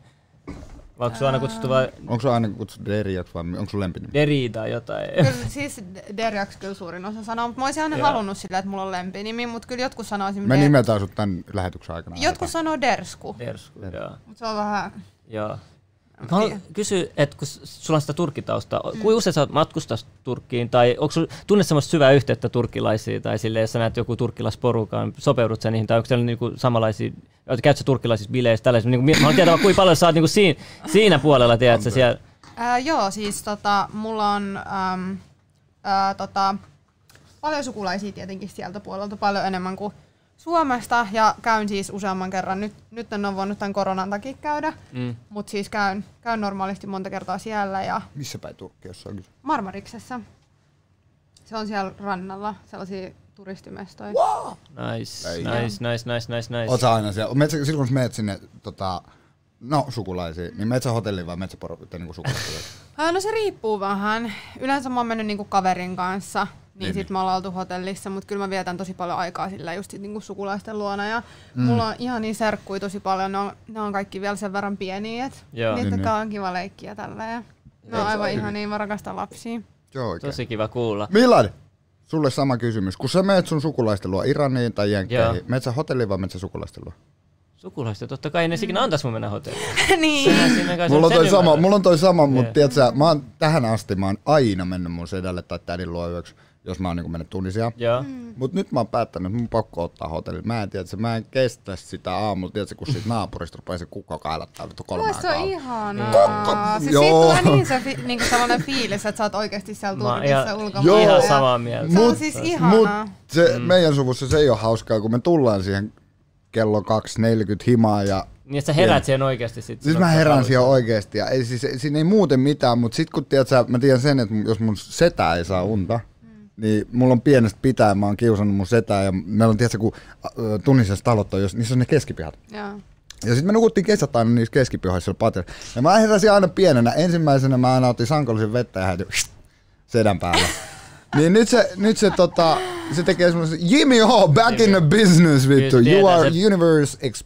A: Vai onko sua aina kutsuttu vaan
B: Onko sua aina kutsuttu Derjaksi vai onko sun lempinimi?
A: Deri tai jotain?
D: Kyllä siis Derjaks kyllä suurin osa sanoo, mutta mä olisin aina
A: Joo.
D: halunnut sillä, että mulla on lempinimi, mutta kyllä jotkut sanoo
B: Me
D: esimerkiksi...
B: nimetään sut tän lähetyksen aikana.
D: Jotkut sanoo Dersku,
A: Dersku, joo.
D: mutta se on vähän...
A: Joo. Mä haluan kysyä, että kun s- sulla on sitä turkkitaustaa, mm. kuinka usein sä oot matkustas Turkkiin, tai onko sun tunnet semmoista syvää yhteyttä turkkilaisiin, tai sille, jos sä näet joku turkkilaisporukan, sopeudut sä niihin, tai onko siellä niinku samanlaisia, oot- käyt sä turkkilaisissa bileissä, tällaisissa, niinku, mi- mä haluan tietää, vaan, kuinka paljon sä oot niinku siinä, siinä puolella, tiedät sä siellä,
D: Ää, joo, siis tota, mulla on äm, ää, tota, paljon sukulaisia tietenkin sieltä puolelta, paljon enemmän kuin Suomesta. Ja käyn siis useamman kerran. Nyt, nyt en ole voinut tämän koronan takia käydä, mm. mutta siis käyn, käyn normaalisti monta kertaa siellä ja
B: Missä päin Turkki jossakin?
D: Marmariksessa. Se on siellä rannalla, sellaisia turistimestoja.
A: nice,
B: Ei.
A: nice, nice, nice, nice, nice.
B: Oot sä aina siellä. Metsä, silloin kun sä meet sinne tota, no sukulaisiin, niin meet sä hotelliin vai meet sä poro, tai niinku
A: (laughs)
B: sukulaisiin?
D: Ää, No se riippuu vähän. Yleensä mä oon mennyt niinku kaverin kanssa, niin,
B: Niin,
D: niin sit
B: niin.
D: me ollaan oltu hotellissa, mutta kyllä mä vietän tosi paljon aikaa sillä just sit niinku sukulaisten luona. Ja mm. mulla on ihan niin serkkuja tosi paljon, ne on, ne on kaikki vielä sen verran pieniä, että
A: Joo.
D: niitä
B: Niin,
D: niin,
B: niin.
D: on kiva leikkiä tällä. Ja ne on aivan ihan niin, mä rakastan lapsia.
B: Joo, oikein.
A: Tosi kiva kuulla.
B: Milad, sulle sama kysymys. Kun sä menet sun sukulaisten luo Iraniin tai Jenkkeihin,
A: Joo.
B: menet sä hotelliin vai menet sä sukulaisten luo?
A: Sukulaista, totta kai ne sikin antais mun mennä hotelliin.
D: niin.
A: Siinä kai se-
B: Mulla on
A: sen
B: toi sama,
A: ymmärrän.
B: mulla on toi sama, mutta
A: Joo.
B: tiedätkö, sä, mä oon tähän asti mä oon aina mennyt mun sedälle tai tädin luo yöksi, jos mä oon niinku mennyt Tunisiaan.
A: Joo.
B: Mut nyt mä oon päättänyt, että mun pakko ottaa hotelli. Mä en tiedä, mä en kestä sitä aamulla, tiedätkö, kun siitä naapurista rupeaa se kukko kailattaa vittu kolme
D: Mulla se on
B: aikaa.
D: ihanaa.
B: Kokko.
D: Siis siitä
B: Joo.
D: tulee niin se fi- niinku sellainen fiilis, että sä oot oikeasti siellä
A: Mä oon
D: Turkissa
A: ihan-
D: ulkomailla.
A: ihan
D: ja-
A: samaa mieltä.
D: Se on
B: Mut-
D: siis
B: Mut
D: ihanaa.
B: se, meidän suvussa se ei ole hauskaa, kun me tullaan siihen kello 2.40 himaa ja
A: Niin, että sä herät siihen oikeasti sit.
B: Siis mä herään siihen oikeesti. Ja ei, siis, ei- siinä ei muuten mitään, mutta sit kun tiedät, sä, mä tiedän sen, että mun- jos mun setä ei saa unta,
D: Mm.
B: niin mulla on pienestä pitää, mä oon kiusannut mun setää ja meillä on, tiedätkö, kun äh, tunnisessa talot on, jos, niissä on ne keskipihat.
D: Joo.
B: Ja sitten me nukuttiin kesät aina niissä keskipihoissa patiolla. Ja mä heräsin aina pienenä. Ensimmäisenä mä aina otin sankollisen vettä ja häitin sedän päällä. niin nyt se, nyt se, tota, se tekee semmoisen, Jimmy Ho, back in the business, vittu.
A: Kyllä se
B: You
A: tietää,
B: are
A: se-
B: universe ex...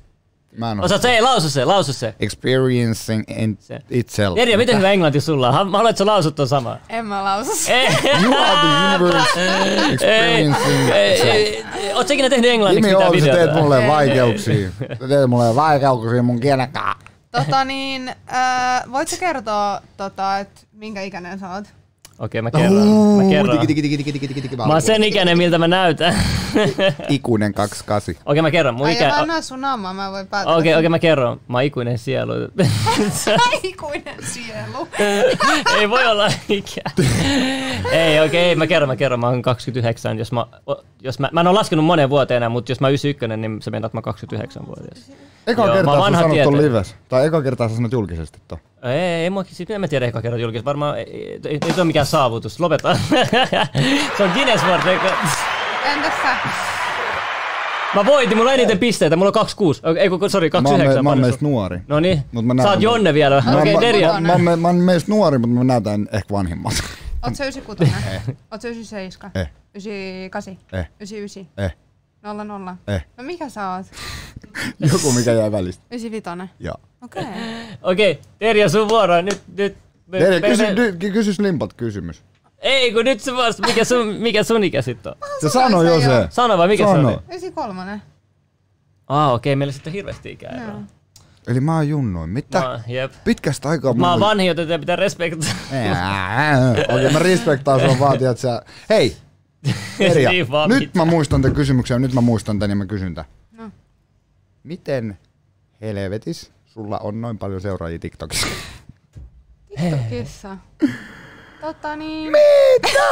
B: Mä en osaa
A: Osaat se, ei lausu se, lausu se.
B: experiencing in
A: Se.
B: itself.
A: Erja, miten hyvä englanti sulla on? Ha- Mä haluan, että sä lausut ton samaa.
D: En mä lausu.
A: (laughs) Ei,
B: You are the universe experiencing
A: ei,
B: itself.
A: ei. Oot säkin tehnyt englanniksi
B: Jimmy
A: mitään
B: Ovi, sä teet
A: videota?
B: mulle vaikeuksia. Sä teet mulle vaikeuksia mun kielenkään.
D: Tota niin, äh, voitko kertoa, tota, että minkä ikäinen sä oot?
A: No Okei, mä kerron. Mä kerron. Mä oon sen ikäinen, miltä mä näytän. (laughs)
B: Ikuinen 28.
A: Okei, mä kerron. Mun
D: Ai,
A: ikä...
D: mä en
A: Okei,
D: näe sun naamaa, mä voin päätellä.
A: okei,
D: (laughs)
A: mä kerron. Mä oon ikuinen sielu. (laughs)
D: Ikuinen sielu.
A: ei voi olla ikä. ei, okei, ei, mä kerron, mä kerron. Mä oon 29. Jos mä, o- jos mä, mä en ole laskenut monen vuoteen enää, mutta jos mä oon 91, niin se mennään, että mä oon 29-vuotias.
B: Eka
A: Joo, mä
B: kertaa
A: oon
B: sä
A: vanha
B: sanot ton
A: tietäjä.
B: lives. Tai eka kertaa sä sanot julkisesti ton.
A: Ei, ei muakin siitä, en mä tiedä ehkä kerran julkis. Varmaan ei, ei, ei, ei se ole mikään saavutus. Lopeta. (laughs) se on Guinness World Record.
D: Entäs sä?
A: Mä voitin, mulla on eniten pisteitä. Mulla on 26. Okei, Ei, kun, sorry,
B: Mä oon, me,
A: 29.
B: mä oon
A: paljon
B: meistä
A: sun-
B: nuori.
A: No niin.
B: Mut mä
A: Sä
B: näytän-
A: oot Jonne vielä.
B: Mä,
A: Okei,
B: mä,
A: Derja.
B: mä, mä, mä, mä oon meistä nuori, mutta mä näytän ehkä vanhimmat.
D: Oot sä 96? Oot sä 97?
B: Eh.
D: 98?
B: Eh.
D: 99?
B: Eh,
D: 00?
B: eh.
D: No mikä sä oot?
B: Joku mikä jäi välistä.
D: 95?
B: Joo.
D: Okei. Okay.
A: Okei, Terja, sun vuoro. Nyt, nyt. me-
B: Derja,
A: me-
B: kysy,
A: me-
B: dy- kysy slimpat kysymys.
A: Ei, kun nyt se vasta, mikä sun, mikä sun ikä sit on?
B: Se sano jo se.
A: Sano vai mikä
B: Sano.
A: se oli?
D: 93.
A: Ah, okei, meillä sitten on hirveästi ikää. No.
B: Eli mä oon junnoin. Mitä?
A: Mä, jep.
B: Pitkästä aikaa
A: Mä oon
B: mulla-
A: vanhin, joten teidän pitää respektoida.
B: (laughs) Ää, Okei, mä respektaan sua vaan, tiedät sä.
A: (laughs)
B: Hei, Merja,
A: Niin vaan
B: nyt
A: mitään.
B: mä muistan tämän kysymyksen, ja nyt mä muistan tän ja mä kysyn tän.
D: No.
B: Miten helvetis sulla on noin paljon seuraajia TikTokissa? Eh.
D: TikTokissa. Tota niin.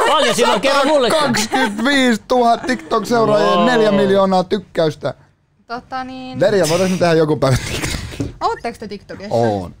A: Paljon silloin kerran mulle.
B: 25 000 TikTok-seuraajia,
A: Wow.
B: 4 miljoonaa tykkäystä.
D: Tota niin.
B: Merja, voitais me tehdä joku päivä TikTok?
D: Ootteko te TikTokissa?
B: Oon.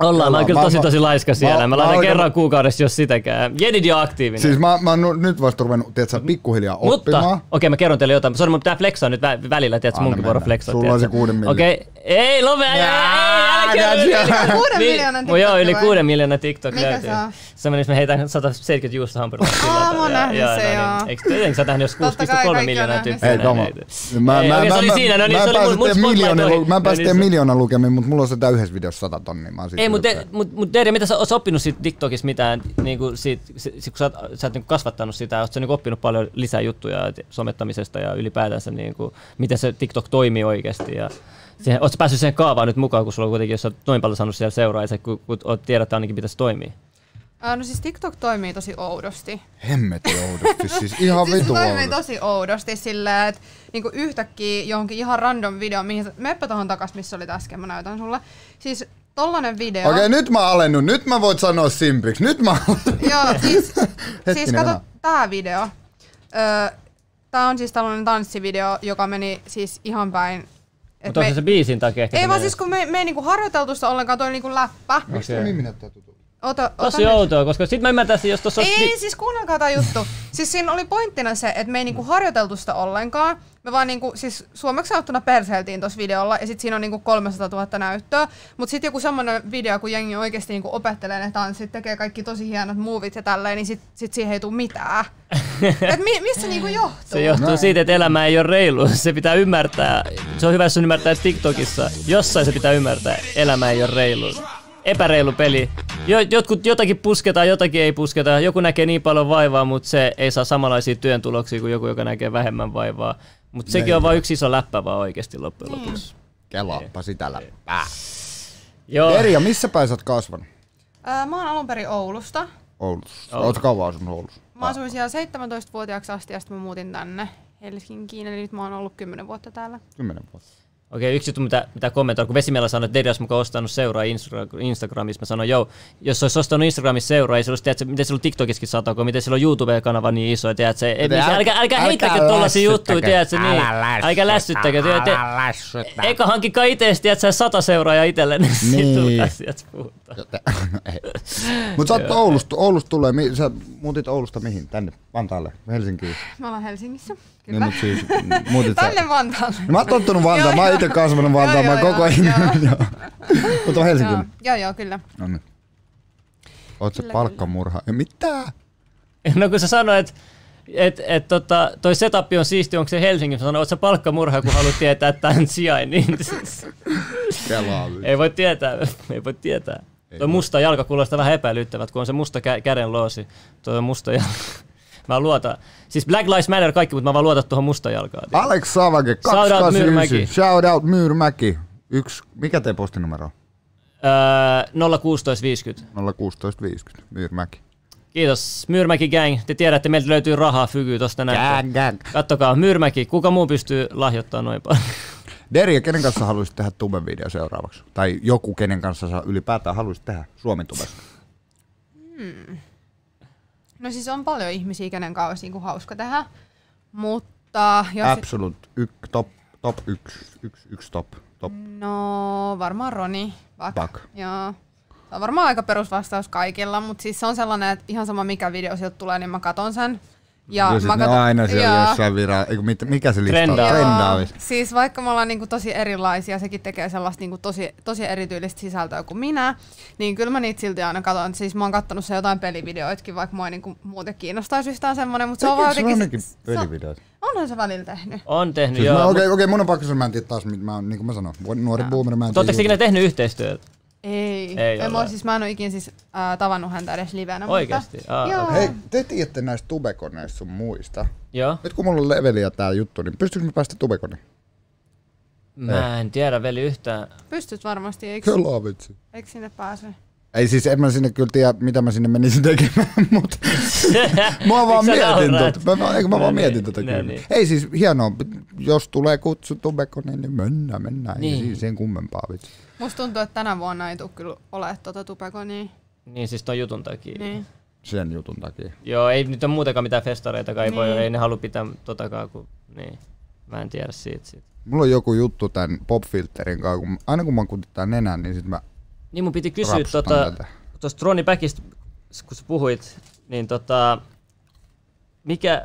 A: Ollaan, mä oon kyllä
B: Mä-
A: tosi
B: mä-
A: tosi laiska siellä.
B: mä
A: Mä laitan
B: alkan-
A: kerran kuukaudessa, jos sitäkään. Jenid on aktiivinen.
B: Siis mä, mä oon nu- nyt vasta ruvennut, tiedät sä, pikkuhiljaa
A: Mutta,
B: oppimaan.
A: okei mä kerron teille jotain. Sori, mun pitää flexaa nyt vä- välillä, tiedätkö,
B: Anna
A: munkin vuoro
B: mennä.
A: flexaa.
B: Sulla on
A: tiedätkö?
B: se kuuden miljoonan.
A: Okei, ei, lope, ei, ei, älä
B: Ää,
A: kerro
B: näin
A: yli-
B: siellä.
D: Kuuden
A: Niin,
D: miljoonan
A: mun Joo, yli
D: TikTok vai?
A: kuuden miljoonan TikTok
D: Mikä
A: löytyy.
D: se on?
A: Semmoinen, jos me heitään 170 juusta hampurilaista. sillä
D: Aa, mä oon
A: tavalla.
D: nähnyt
A: Joo,
D: sen,
A: no niin.
D: joo.
A: Eikö tietenkin sä oot nähnyt, jos 6,3
D: Totta kai kaikki on
A: miljoonaa
D: nähnyt
A: tyyppiä
B: Ei,
D: sen.
A: on
B: kama.
A: nähnyt.
B: Mä,
A: Ei,
B: mä,
A: okei,
B: mä,
A: se oli
B: mä,
A: siinä, no niin,
B: mä
A: se oli mun-
B: pääsin
A: mun
B: teidän
A: spotlight
B: miljoonan,
A: oli.
B: mä
A: No
B: pääsin
A: niin,
B: teidän
A: se-
B: miljoonan lukemiin, mutta mulla on sitä yhdessä videossa 100 tonnia. Mä oon siitä
A: Ei, mutta
B: ylpeä.
A: mut, mut Derja, mitä sä oot oppinut siitä TikTokissa mitään, niinku siitä, si- si- kun sä oot, sä oot niinku kasvattanut sitä, oot sä niinku oppinut paljon lisää juttuja t- somettamisesta ja ylipäätänsä, niinku, miten se TikTok toimii oikeasti ja siihen, oot sä päässyt siihen kaavaan nyt mukaan, kun sulla on kuitenkin, jos sä oot noin paljon saanut siellä seuraajia, kun, kun oot tiedät, että niinku, ainakin pitäisi toimia.
D: Ää, No siis TikTok toimii tosi oudosti.
B: Hemmet oudosti, siis ihan
D: siis
B: vitu
D: se toimii
B: oudosti.
D: tosi oudosti silleen, että niinku yhtäkkiä johonkin ihan random videoon, mihin sä... Meppä tohon takas, missä olit äsken, mä näytän sulle. Siis tollanen video...
B: Okei, nyt mä alennun, nyt mä voit sanoa simpiksi, nyt mä
A: (laughs)
B: (laughs)
D: Joo, siis, siis
B: Hetkinen,
D: kato
B: Anna.
D: tää video. Öö, tää on siis tällainen tanssivideo, joka meni siis ihan päin. et
A: Mutta me... se biisin takia ehkä
D: ei vaan
A: semmoinen-
D: siis kun me, me ei niinku harjoiteltu sitä ollenkaan, toi oli niinku läppä.
A: Okei.
D: Ota, ota
A: Tosi
D: nyt.
A: outoa, koska sit mä ymmärtäisin, jos tossa olisi...
D: Ei, siis kuunnelkaa tämä juttu. Siis siinä oli pointtina se, että me ei niinku harjoiteltu sitä ollenkaan. Me vaan niinku, siis suomeksi sanottuna perseiltiin tuossa videolla ja sit siinä on niinku 300 000 näyttöä. Mut sit joku semmonen video, kun jengi oikeesti niinku opettelee ne tanssit, tekee kaikki tosi hienot muovit ja tälleen, niin sit, sit siihen ei tuu
B: (laughs)
D: mitään. Et mi, missä niinku johtuu?
A: Se johtuu
B: Näin.
A: siitä, että elämä ei ole reilu. (laughs) Se pitää ymmärtää. Se on hyvä, jos sen ymmärtää TikTokissa. Jossain se pitää ymmärtää. Elämä ei ole reilu. Epäreilu peli. Jo, jotkut, jotakin pusketaan, jotakin ei pusketa. Joku näkee niin paljon vaivaa, mutta se ei saa samanlaisia työn tuloksia kuin joku, joka näkee vähemmän vaivaa. Mutta sekin on vain yksi iso läppä vaan oikeasti loppujen lopuksi.
B: Kelaappa sitä läppää.
A: Joo.
B: Erja, missä päin sä oot kasvanut?
D: Ää, mä oon alun perin Oulusta.
B: Oulussa.
A: Oulu.
B: Oot kauan asunut Oulussa?
D: Mä asuin siellä 17-vuotiaaksi asti ja sitten mä muutin tänne Helsinkiin, eli nyt mä oon ollut 10 vuotta täällä.
B: Kymmenen vuotta.
A: Okei, yksi juttu, mitä, mitä kommentoin, kun Vesimiellä sanoi, että Deri olisi mukaan ostanut seuraa Instra- Instagramissa, mä sanoin, joo, jos se olisi ostanut Instagramissa seuraa, ei se olisi, tiedätkö, miten sillä on TikTokissakin satako, miten sillä on YouTube-kanava niin iso, tiedätkö, ei,
B: Joten
A: älkää,
B: äl-
A: älkää, älkää
B: älkää
A: heittäkö tollaisia juttuja,
B: lässyttäkö.
A: tiedätkö,
B: Älä
A: niin,
B: lässytä,
A: älkää lässyttäkö,
B: älä
A: tiedätkö,
B: lässytä.
A: eka hankkikaa itse, tiedätkö, sata seuraajaa itsellenne, niin.
B: Niin.
A: tulee asiat puhutaan.
B: Joten- (laughs) ei. Mut sä oot Oulusta, Oulusta tulee, mi- sä muutit Oulusta mihin? Tänne Vantaalle, Helsinkiin.
D: Mä oon Helsingissä,
B: Niin,
D: kyllä.
B: mut
A: (laughs)
B: siis muutit sä...
D: Tänne Vantaalle.
B: No, mä oon tottunut Vantaan, mä oon itse kasvanut Vantaan, mä
D: Joo,
B: oon
D: joo,
B: koko
D: joo,
B: ajan. (laughs) Mutta on
D: Joo,
B: Helsinki.
D: joo, joo, kyllä.
B: No niin. Oot se
D: Kyllä,
B: palkkamurha. Ja mitä?
A: No kun sä sanoit, että et, tota, toi setup on siisti, onko se Helsingin, mä sanoin, oot sä palkkamurha, kun haluat tietää tämän sijainnin.
B: Kelaa.
A: Ei voi tietää, (laughs) ei voi tietää. Ei
B: Ei
A: Tuo
B: voi.
A: musta jalka kuulostaa vähän epäilyttävältä, kun on se musta kä- käden loosi. Tuo on musta jalka. (laughs) Mä luotan. Siis Black Lives Matter kaikki, mutta mä vaan luotan tuohon musta jalkaan. tiedä.
B: Alex Savage,
A: Shout out
B: 289.
A: Myyrmäki.
B: Shout out Myyrmäki. Yksi, mikä teidän postinumero on?
A: Öö, 01650.
B: 01650, Myyrmäki.
A: Kiitos Myyrmäki Gang. Te tiedätte, meiltä löytyy rahaa fykyy tosta näin.
B: Gang, gang.
A: Kattokaa, Myyrmäki. Kuka muu pystyy lahjoittamaan noin paljon? (laughs)
B: Derja, kenen kanssa haluaisit tehdä tuben video seuraavaksi? Tai joku, kenen kanssa sä ylipäätään haluaisit tehdä Suomen tubessa?
D: No siis on paljon ihmisiä, kenen kanssa olisi niinku hauska tehdä, mutta jos sit,
B: Absolute yk, top, top yksi, yksi, yksi top, top.
D: No varmaan Roni. Bak.
B: Bak.
D: Joo. Se on varmaan aika perusvastaus kaikilla, mutta siis se on sellainen, että ihan sama mikä video sieltä tulee, niin mä katon sen. Ja,
B: Ja
D: mä
B: sit ne
D: katon,
B: on aina siellä
D: Joo.
B: jossain vira... Eiku, mit, mikä se lista on?
A: Trendaa.
D: Joo,
B: Trendaavissa.
D: siis vaikka me ollaan niinku tosi erilaisia, sekin tekee sellaista niinku tosi, tosi erityylistä sisältöä kuin minä, niin kyllä mä niitä silti aina katson. Siis mä oon kattonut se jotain pelivideoitkin, vaikka mua ei niinku muuten kiinnostaisi yhtään semmoinen, mutta se on vaan
B: Tekeekö sulla
D: jotenkin...
B: ainakin
D: se- se on-
B: pelivideot?
D: Onhan se välillä tehnyt.
A: On tehnyt,
B: Siis
A: joo.
B: mä-
A: mut-
B: Okei, okei, mun on pakko sanoa, mä en tiedä taas, mitä mä oon, niin kuin mä sanoin, vu- nuori boomer, mä en
A: Mutta ootteko te
B: tiedä.
A: ikinä tehnyt yhteistyötä?
D: Ei.
A: Ei
D: en
A: ole.
D: mä, oon siis, mä en ole ikinä siis, äh, tavannut häntä edes livenä.
A: Oikeesti?
D: Mutta,
A: Aa,
D: joo.
A: okei.
B: Hei, te tiedätte näistä tubekoneista sun muista.
A: Joo.
B: Nyt kun mulla on leveliä tää juttu, niin pystyykö me päästä tubekoneen?
A: Mä en tiedä veli yhtään.
D: Pystyt varmasti, eikö,
B: Kyllä vitsi.
D: eikö sinne pääse?
B: Ei siis, en mä sinne kyllä tiedä, mitä mä sinne menisin tekemään, (laughs)
A: (laughs)
B: mutta mä vaan
A: Miksi sä
B: mietin
A: nauraat?
B: tota. Mä, mä, eikö mä
A: No
B: vaan
A: niin,
B: mietin tota
A: no
B: kyllä.
A: niin.
B: Ei siis, hienoa, jos tulee kutsu tubekoneen, niin mennään, mennään. Ei
A: Niin.
B: siinä sen kummempaa vitsi.
D: Musta tuntuu, että tänä vuonna ei tule kyllä ole tuota tupakonia.
A: Niin siis ton jutun takia.
D: Niin.
B: Sen jutun takia.
A: Joo, ei nyt ole muutenkaan mitään festareita, ei niin. voi,
D: Niin.
A: ei ne halua pitää totakaan, kun niin. Mä en tiedä siitä. siitä.
B: Mulla on joku juttu tämän popfilterin kanssa, kun aina kun mä kutittaa nenän, niin sit mä
A: Niin mun piti kysyä
B: rapsutan
A: tota,
B: tätä.
A: tuosta Ronnie Backista, kun sä puhuit, niin tota, mikä äh,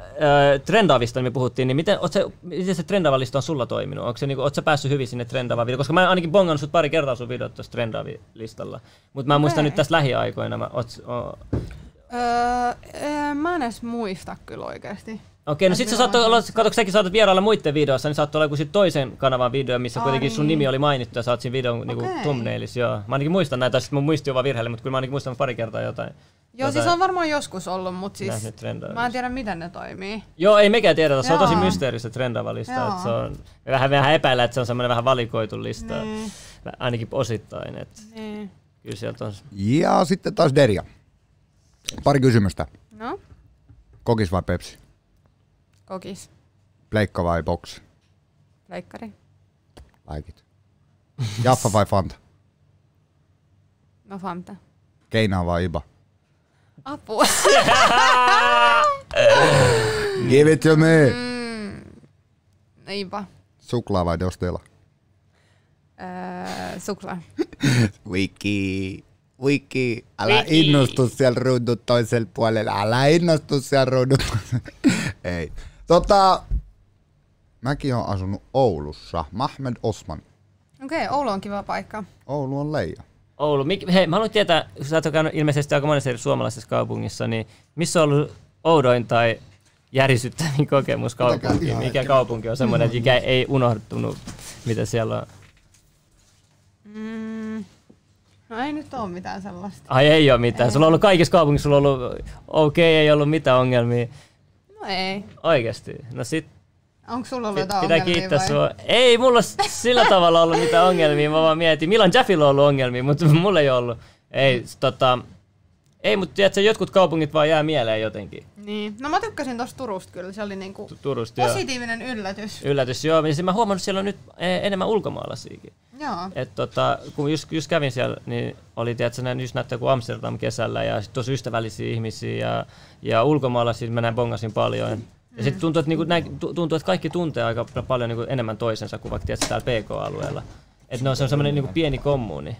A: trendaavista me puhuttiin, niin miten, oot sä, miten se trendaava lista on sulla toiminut? Onko se, niinku, oot sä päässyt hyvin sinne trendaavaan videoon? Koska mä ainakin bongannut sut pari kertaa sun videot tuossa listalla. Mutta mä en muista
D: Okei.
A: nyt tässä lähiaikoina. Mä, oot, o,
D: Öö, öö, mä en edes muista kyllä oikeesti.
A: Okei, no
D: Et
A: sit sä
D: milloin
A: saattoi
D: on
A: olla,
D: se?
A: katsoks säkin saatat vierailla muiden videossa, niin saattoi olla joku sit toisen kanavan video, missä
D: Aa,
A: kuitenkin sun
D: niin.
A: nimi oli mainittu ja sä oot siinä videon niinku
D: Okei.
A: thumbnailissa, joo. Mä ainakin muistan näitä, tai sit mun muisti on vaan virheellinen, mutta kyllä mä ainakin muistan pari kertaa jotain.
D: Joo,
A: jotain.
D: siis on varmaan joskus ollut, mutta siis
A: Tota- Nähnyt trendaa
D: mä en
A: just.
D: tiedä miten ne toimii.
A: Joo, ei mekään tiedetä, se on tosi
D: Joo.
A: mysteeristä trendaava lista,
D: Joo.
A: että se on, me vähän, vähän epäillä, että se on semmoinen vähän valikoitu lista,
D: Niin.
A: Vä- ainakin osittain, että
D: Niin.
A: kyllä sieltä on,
B: Ja sitten taas Derja. Pari kysymystä.
D: No,
B: Kokis vai Pepsi?
D: kokis,
B: Pleikka vai boksi?
D: leikkari.
B: (laughs) Laikit. Jaffa vai Fanta?
D: No Fanta.
B: Keinaa vai Iba?
D: Apua. (laughs)
B: Give it to me!
D: Niinpä.
B: Suklaa vai Dostela?
D: Öö, suklaa.
B: Wiki. Wiki. Älä innostu siellä ruudun toisella puolella. Älä innostu siellä ruudun (laughs) Ei. Tota, mäkin on asunut Oulussa. Mahmed Osman.
D: Okei, okay, Oulu on kiva paikka.
B: Oulu on leija.
A: Oulu. Mik, hei, mä haluan tietää, kun sä oot käynyt ilmeisesti aika monessa eri suomalaisessa kaupungissa, niin missä on ollut oudoin tai järisyttävin kokemus kaupunki?
B: ihan
A: Mikä kaupunki on semmoinen, että mikä ei unohtunut, mitä siellä on?
D: Mm. No ei nyt ole mitään sellaista.
A: Ai ei ole mitään. Sulla on ollut kaikissa kaupungissa, sulla on ollut okei, okay, ei ollut mitään ongelmia.
D: No ei.
A: Oikeesti. No sit,
D: Onko sulla ollut
A: Pit-
D: jotain
A: Pitää
D: ongelmia
A: kiittää
D: vai?
A: sua. Ei mulla s- sillä tavalla ollut mitään ongelmia, mä vaan mietin. Milan Jaffilla on ollut ongelmia, mutta mulla ei ollut. Ei, s- tota, ei mutta tiedätkö, jotkut kaupungit vaan jää mieleen jotenkin.
D: Niin. No mä tykkäsin tosta Turusta kyllä, se oli niinku
A: Tu- Turusta joo.
D: positiivinen yllätys.
A: Yllätys, joo. Ja sit mä huomannut, että siellä on nyt eh, enemmän ulkomaalaisiakin.
D: Joo.
A: Et tota, kun just, just, kävin siellä, niin oli tiedätkö, näin just näyttää kuin Amsterdam kesällä ja sit tosi ystävällisiä ihmisiä ja, ja ulkomaalaisia mä näin bongasin paljon. Ja sitten tuntuu, että, niinku, näin, tu- tuntuu, että kaikki tuntee aika paljon niinku, enemmän toisensa kuin vaikka tiedätkö, täällä PK-alueella. Että ne on se on semmoinen niinku, pieni kommuuni.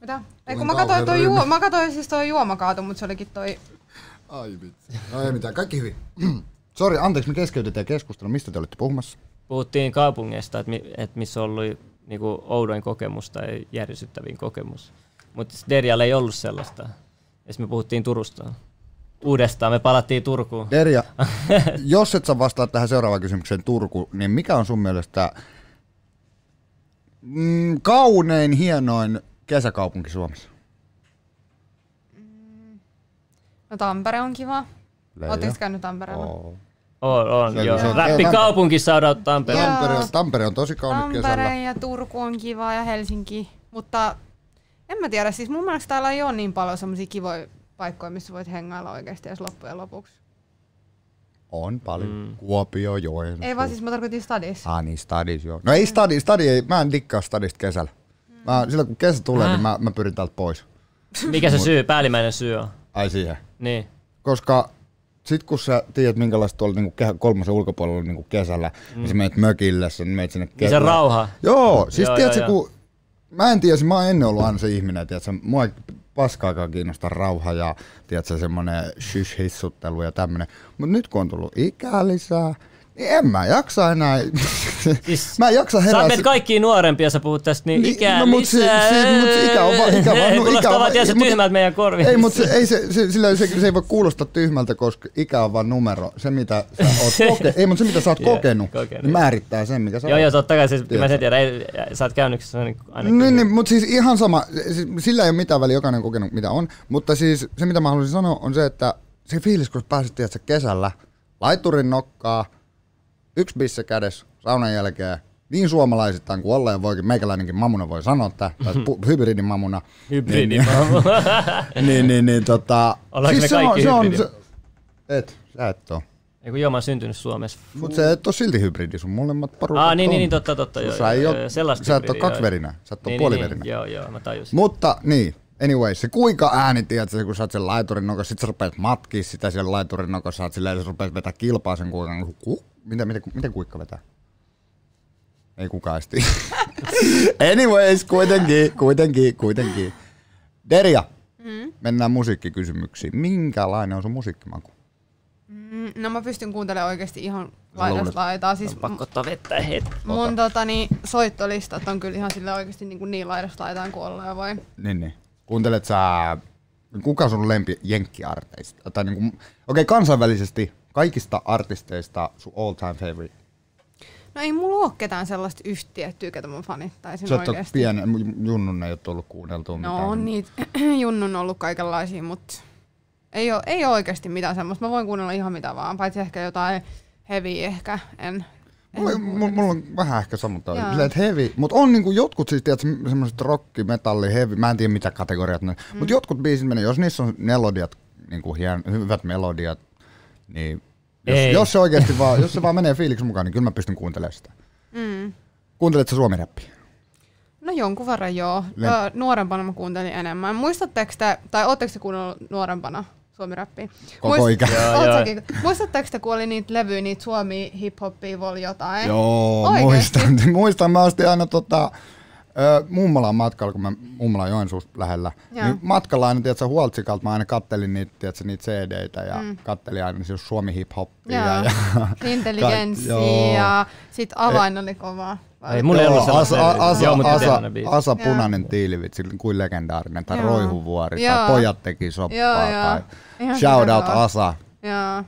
D: Mitä?
B: Kuinka
D: Ei, kun mä katsoin,
B: kauhean
D: toi juo,
B: ryhmä.
D: mä katsoin siis toi juomakaatu, mutta se olikin toi...
B: Ai vitsi. No ei mitään, kaikki hyvin. (clears throat) Sori, anteeksi, me keskeytetään keskustelu. Mistä te olitte puhumassa?
A: Puhuttiin kaupungeista, että et missä on ollut niinku, oudoin kokemus tai järisyttävin kokemus. Mutta Derjalla ei ollut sellaista. Ja sitten me puhuttiin Turusta. Uudestaan, me palattiin Turkuun.
B: (laughs) Derja, jos et sä vastaa tähän seuraavaan kysymykseen Turku, niin mikä on sun mielestä mm, kaunein, hienoin kesäkaupunki Suomessa?
D: No Tampere on kiva.
B: Leija.
D: Ootteko käynyt Tampereella?
B: Oo.
A: On,
B: Se-
A: on, joo.
B: se on-
A: Räppikaupunki saada Tampere.
D: Joo.
B: Tampere, on, Tampere on tosi kaunis kesällä.
D: Tampere ja Turku on kiva ja Helsinki, mutta en mä tiedä, siis mun mielestä täällä ei ole niin paljon semmoisia kivoja paikkoja, missä voit hengailla oikeasti edes loppujen lopuksi.
B: On paljon. Mm. Kuopio, Joensuu.
D: Ei Mm. vaan siis mä tarkoitin stadissa.
B: Ah niin, stadis joo. No ei stadi, stadi ei, mä en dikkaa stadista kesällä.
D: Mm.
B: Mä, silloin kun kesä tulee, niin mä, mä pyrin täältä pois.
A: Mikä se syy, päällimmäinen syy on?
B: Ai siihen.
A: Niin.
B: Koska sit kun sä tiedät minkälaista tuolla niinku kehä kolmosen ulkopuolella on niinku kesällä, mm. niin sä menet mökille, sä menet sinne
A: Niin se rauha.
B: Joo, siis
A: Joo,
B: joo, tiedätkö,
A: joo, joo.
B: kun... Mä en tiedä, siis mä oon ennen ollut aina se ihminen, tiedätkö, mua ei paskaakaan kiinnosta rauha ja tiedätkö, semmonen shush-hissuttelu ja tämmönen. Mut nyt kun on tullut ikää lisää, niin en mä jaksa enää.
A: Siis
B: mä en jaksa
A: Sä
B: herää.
A: oot meitä kaikki nuorempia, sä puhut tästä, niin,
B: Niin,
A: ikää
B: no,
A: no,
B: mut
A: lisää.
B: si- si- mut ikä on vaan- ikä
A: (laughs)
B: vaan-
A: Ei,
B: no, ikä on
A: Kuulostaa
B: vaan-
A: vaan, tiedä, se
B: mut-
A: tyhmältä meidän korviin.
B: Ei, mutta se, ei, se, se, sillä, se, se ei voi kuulostaa tyhmältä, koska ikä on vaan numero. Se, mitä sä oot
A: (laughs)
B: koke- ei, mutta se, mitä sä oot
A: Joo,
B: kokenut,
A: kokenut.
B: niin määrittää sen, mikä sä
A: Joo,
B: oot.
A: joo, totta kai, siis, kyllä mä sen
B: Tiedätkö.
A: tiedän, ei, sä oot käynyt se on ainakin.
B: Niin, niin, mutta siis ihan sama, siis sillä ei ole mitään väliä, jokainen on kokenut mitä on, mutta siis se mitä mä haluaisin sanoa on se, että se fiilis, kun sä pääset tiedätkö, kesällä laiturin nokkaa, yksi bisse kädessä saunan jälkeen, niin suomalaisittain kuin ollaan ja voikin, meikäläinenkin mamuna voi sanoa tämä, tai
A: Mm-hmm.
B: pu- hybridin mamuna.
A: Hybridi.
B: Niin, niin, niin, niin, niin tota,
A: Ollaanko me
B: se on,
A: kaikki
B: se on, se,
A: hybridi?
B: et, sä et oo.
A: (laughs) Ei kun joo, mä oon syntynyt Suomessa.
B: Mut se et oo silti hybridi, sun molemmat parukat
A: Aa, niin,
B: on.
A: niin, niin, totta, totta, joo.
B: Sä, ei
A: joo,
B: oo-
A: joo, sellaista
B: sä et oo
A: hybridiä, joo.
B: kaksiverinä, sä et oo
A: Niin, niin,
B: puoliverinä.
A: niin, Joo, joo, mä tajusin.
B: Mutta niin, anyway, se kuinka ääni, tiedätkö, kun sä oot sen laiturin nokossa, sit sä rupeat matkii sitä siellä laiturin nokossa, sä oot silleen, sä rupeat vetää kilpaa sen kuikan. niin kuin, Ku, mitä, mitä, miten kuikka vetää? Ei kukaan esti. (laughs) Anyways, kuitenkin, kuitenkin, kuitenkin. Derja, mm? mennään musiikkikysymyksiin. Minkälainen on sun musiikkimaku?
D: Mm, No mä pystyn kuuntelemaan oikeasti ihan laidasta
B: luulet.
D: laitaa. Siis
A: Pakko ottaa vettä hetki.
D: mun totani, soittolistat on kyllä ihan sillä oikeasti niin, niin laidasta laitaan kuin ollaan voi.
B: Niin, niin. Kuuntelet sä, kuka sun lempi jenkkiarteista? Tai niinku, okei, okay, kansainvälisesti kaikista artisteista sun all time favorite.
D: No ei mulla ole ketään sellaista yhtiä, ketä mä fanittaisin
B: Sä oot
D: oikeasti.
B: pieni, junnun ei ole tullut kuunneltua mitään.
D: Niin No on niitä (clears throat) junnun ollut kaikenlaisia, mutta ei ole, ei ole oikeasti mitään semmoista. Mä voin kuunnella ihan mitä vaan, paitsi ehkä jotain heavy ehkä. En, siis.
B: Mulla, mulla, mulla on vähän ehkä sama toi,
D: Joo.
B: Silleen, että heavy, mutta on niinku jotkut siis, tiedätkö, semmoiset rock, metalli, heavy, mä en tiedä mitä kategoriat ne, mm. mutta jotkut biisit menee, jos niissä on melodiat, niinku hien, hyvät melodiat, niin jos,
A: Ei.
B: jos se oikeasti vaan, jos se vaan menee fiiliksen mukaan, niin kyllä mä pystyn kuuntelemaan sitä.
D: mm.
B: Kuunteletko sä suomiräppiä?
D: No jonkun verran joo.
B: Lem-
D: Ö, nuorempana mä kuuntelin enemmän. Muistatteko te, tai ootteko te kuunnellut nuorempana suomiräppiä?
B: Koko
D: Muist-
B: ikä.
A: Joo,
D: Oot
A: joo.
D: säkin. Muistatteko te, kun oli niitä levyjä, niitä suomi hip hoppia voi jotain?
B: Joo,
D: Oikeesti?
B: muistan. (laughs) muistan. Mä ostin aina tota, ö, mummolan matkalla, kun mä mummolan Joensuus lähellä.
D: Joo.
B: Niin matkalla aina, tiedätkö, huoltsikalta mä aina kattelin niitä, tiedätkö, niitä CD-tä ja mm. kattelin aina siis Suomi hip hoppia. Ja, ja, Kaik-
D: Intelligenssi
B: joo.
D: ja sit avain oli kovaa.
A: Ei, mulla ei
B: Joo,
A: ollut
B: Asa,
A: sellaista.
B: Asa,
A: Joo, mutta
B: Asa,
A: tiedän ne biisit.
B: Asa Punainen tiili, vitsi, kuin legendaarinen, tai
D: Joo.
B: Roihuvuori,
D: Joo.
B: tai Pojat teki soppaa,
D: Joo, joo.
B: tai
D: Ihan
B: Shout out
D: sairaan.
B: Asa,
D: Joo.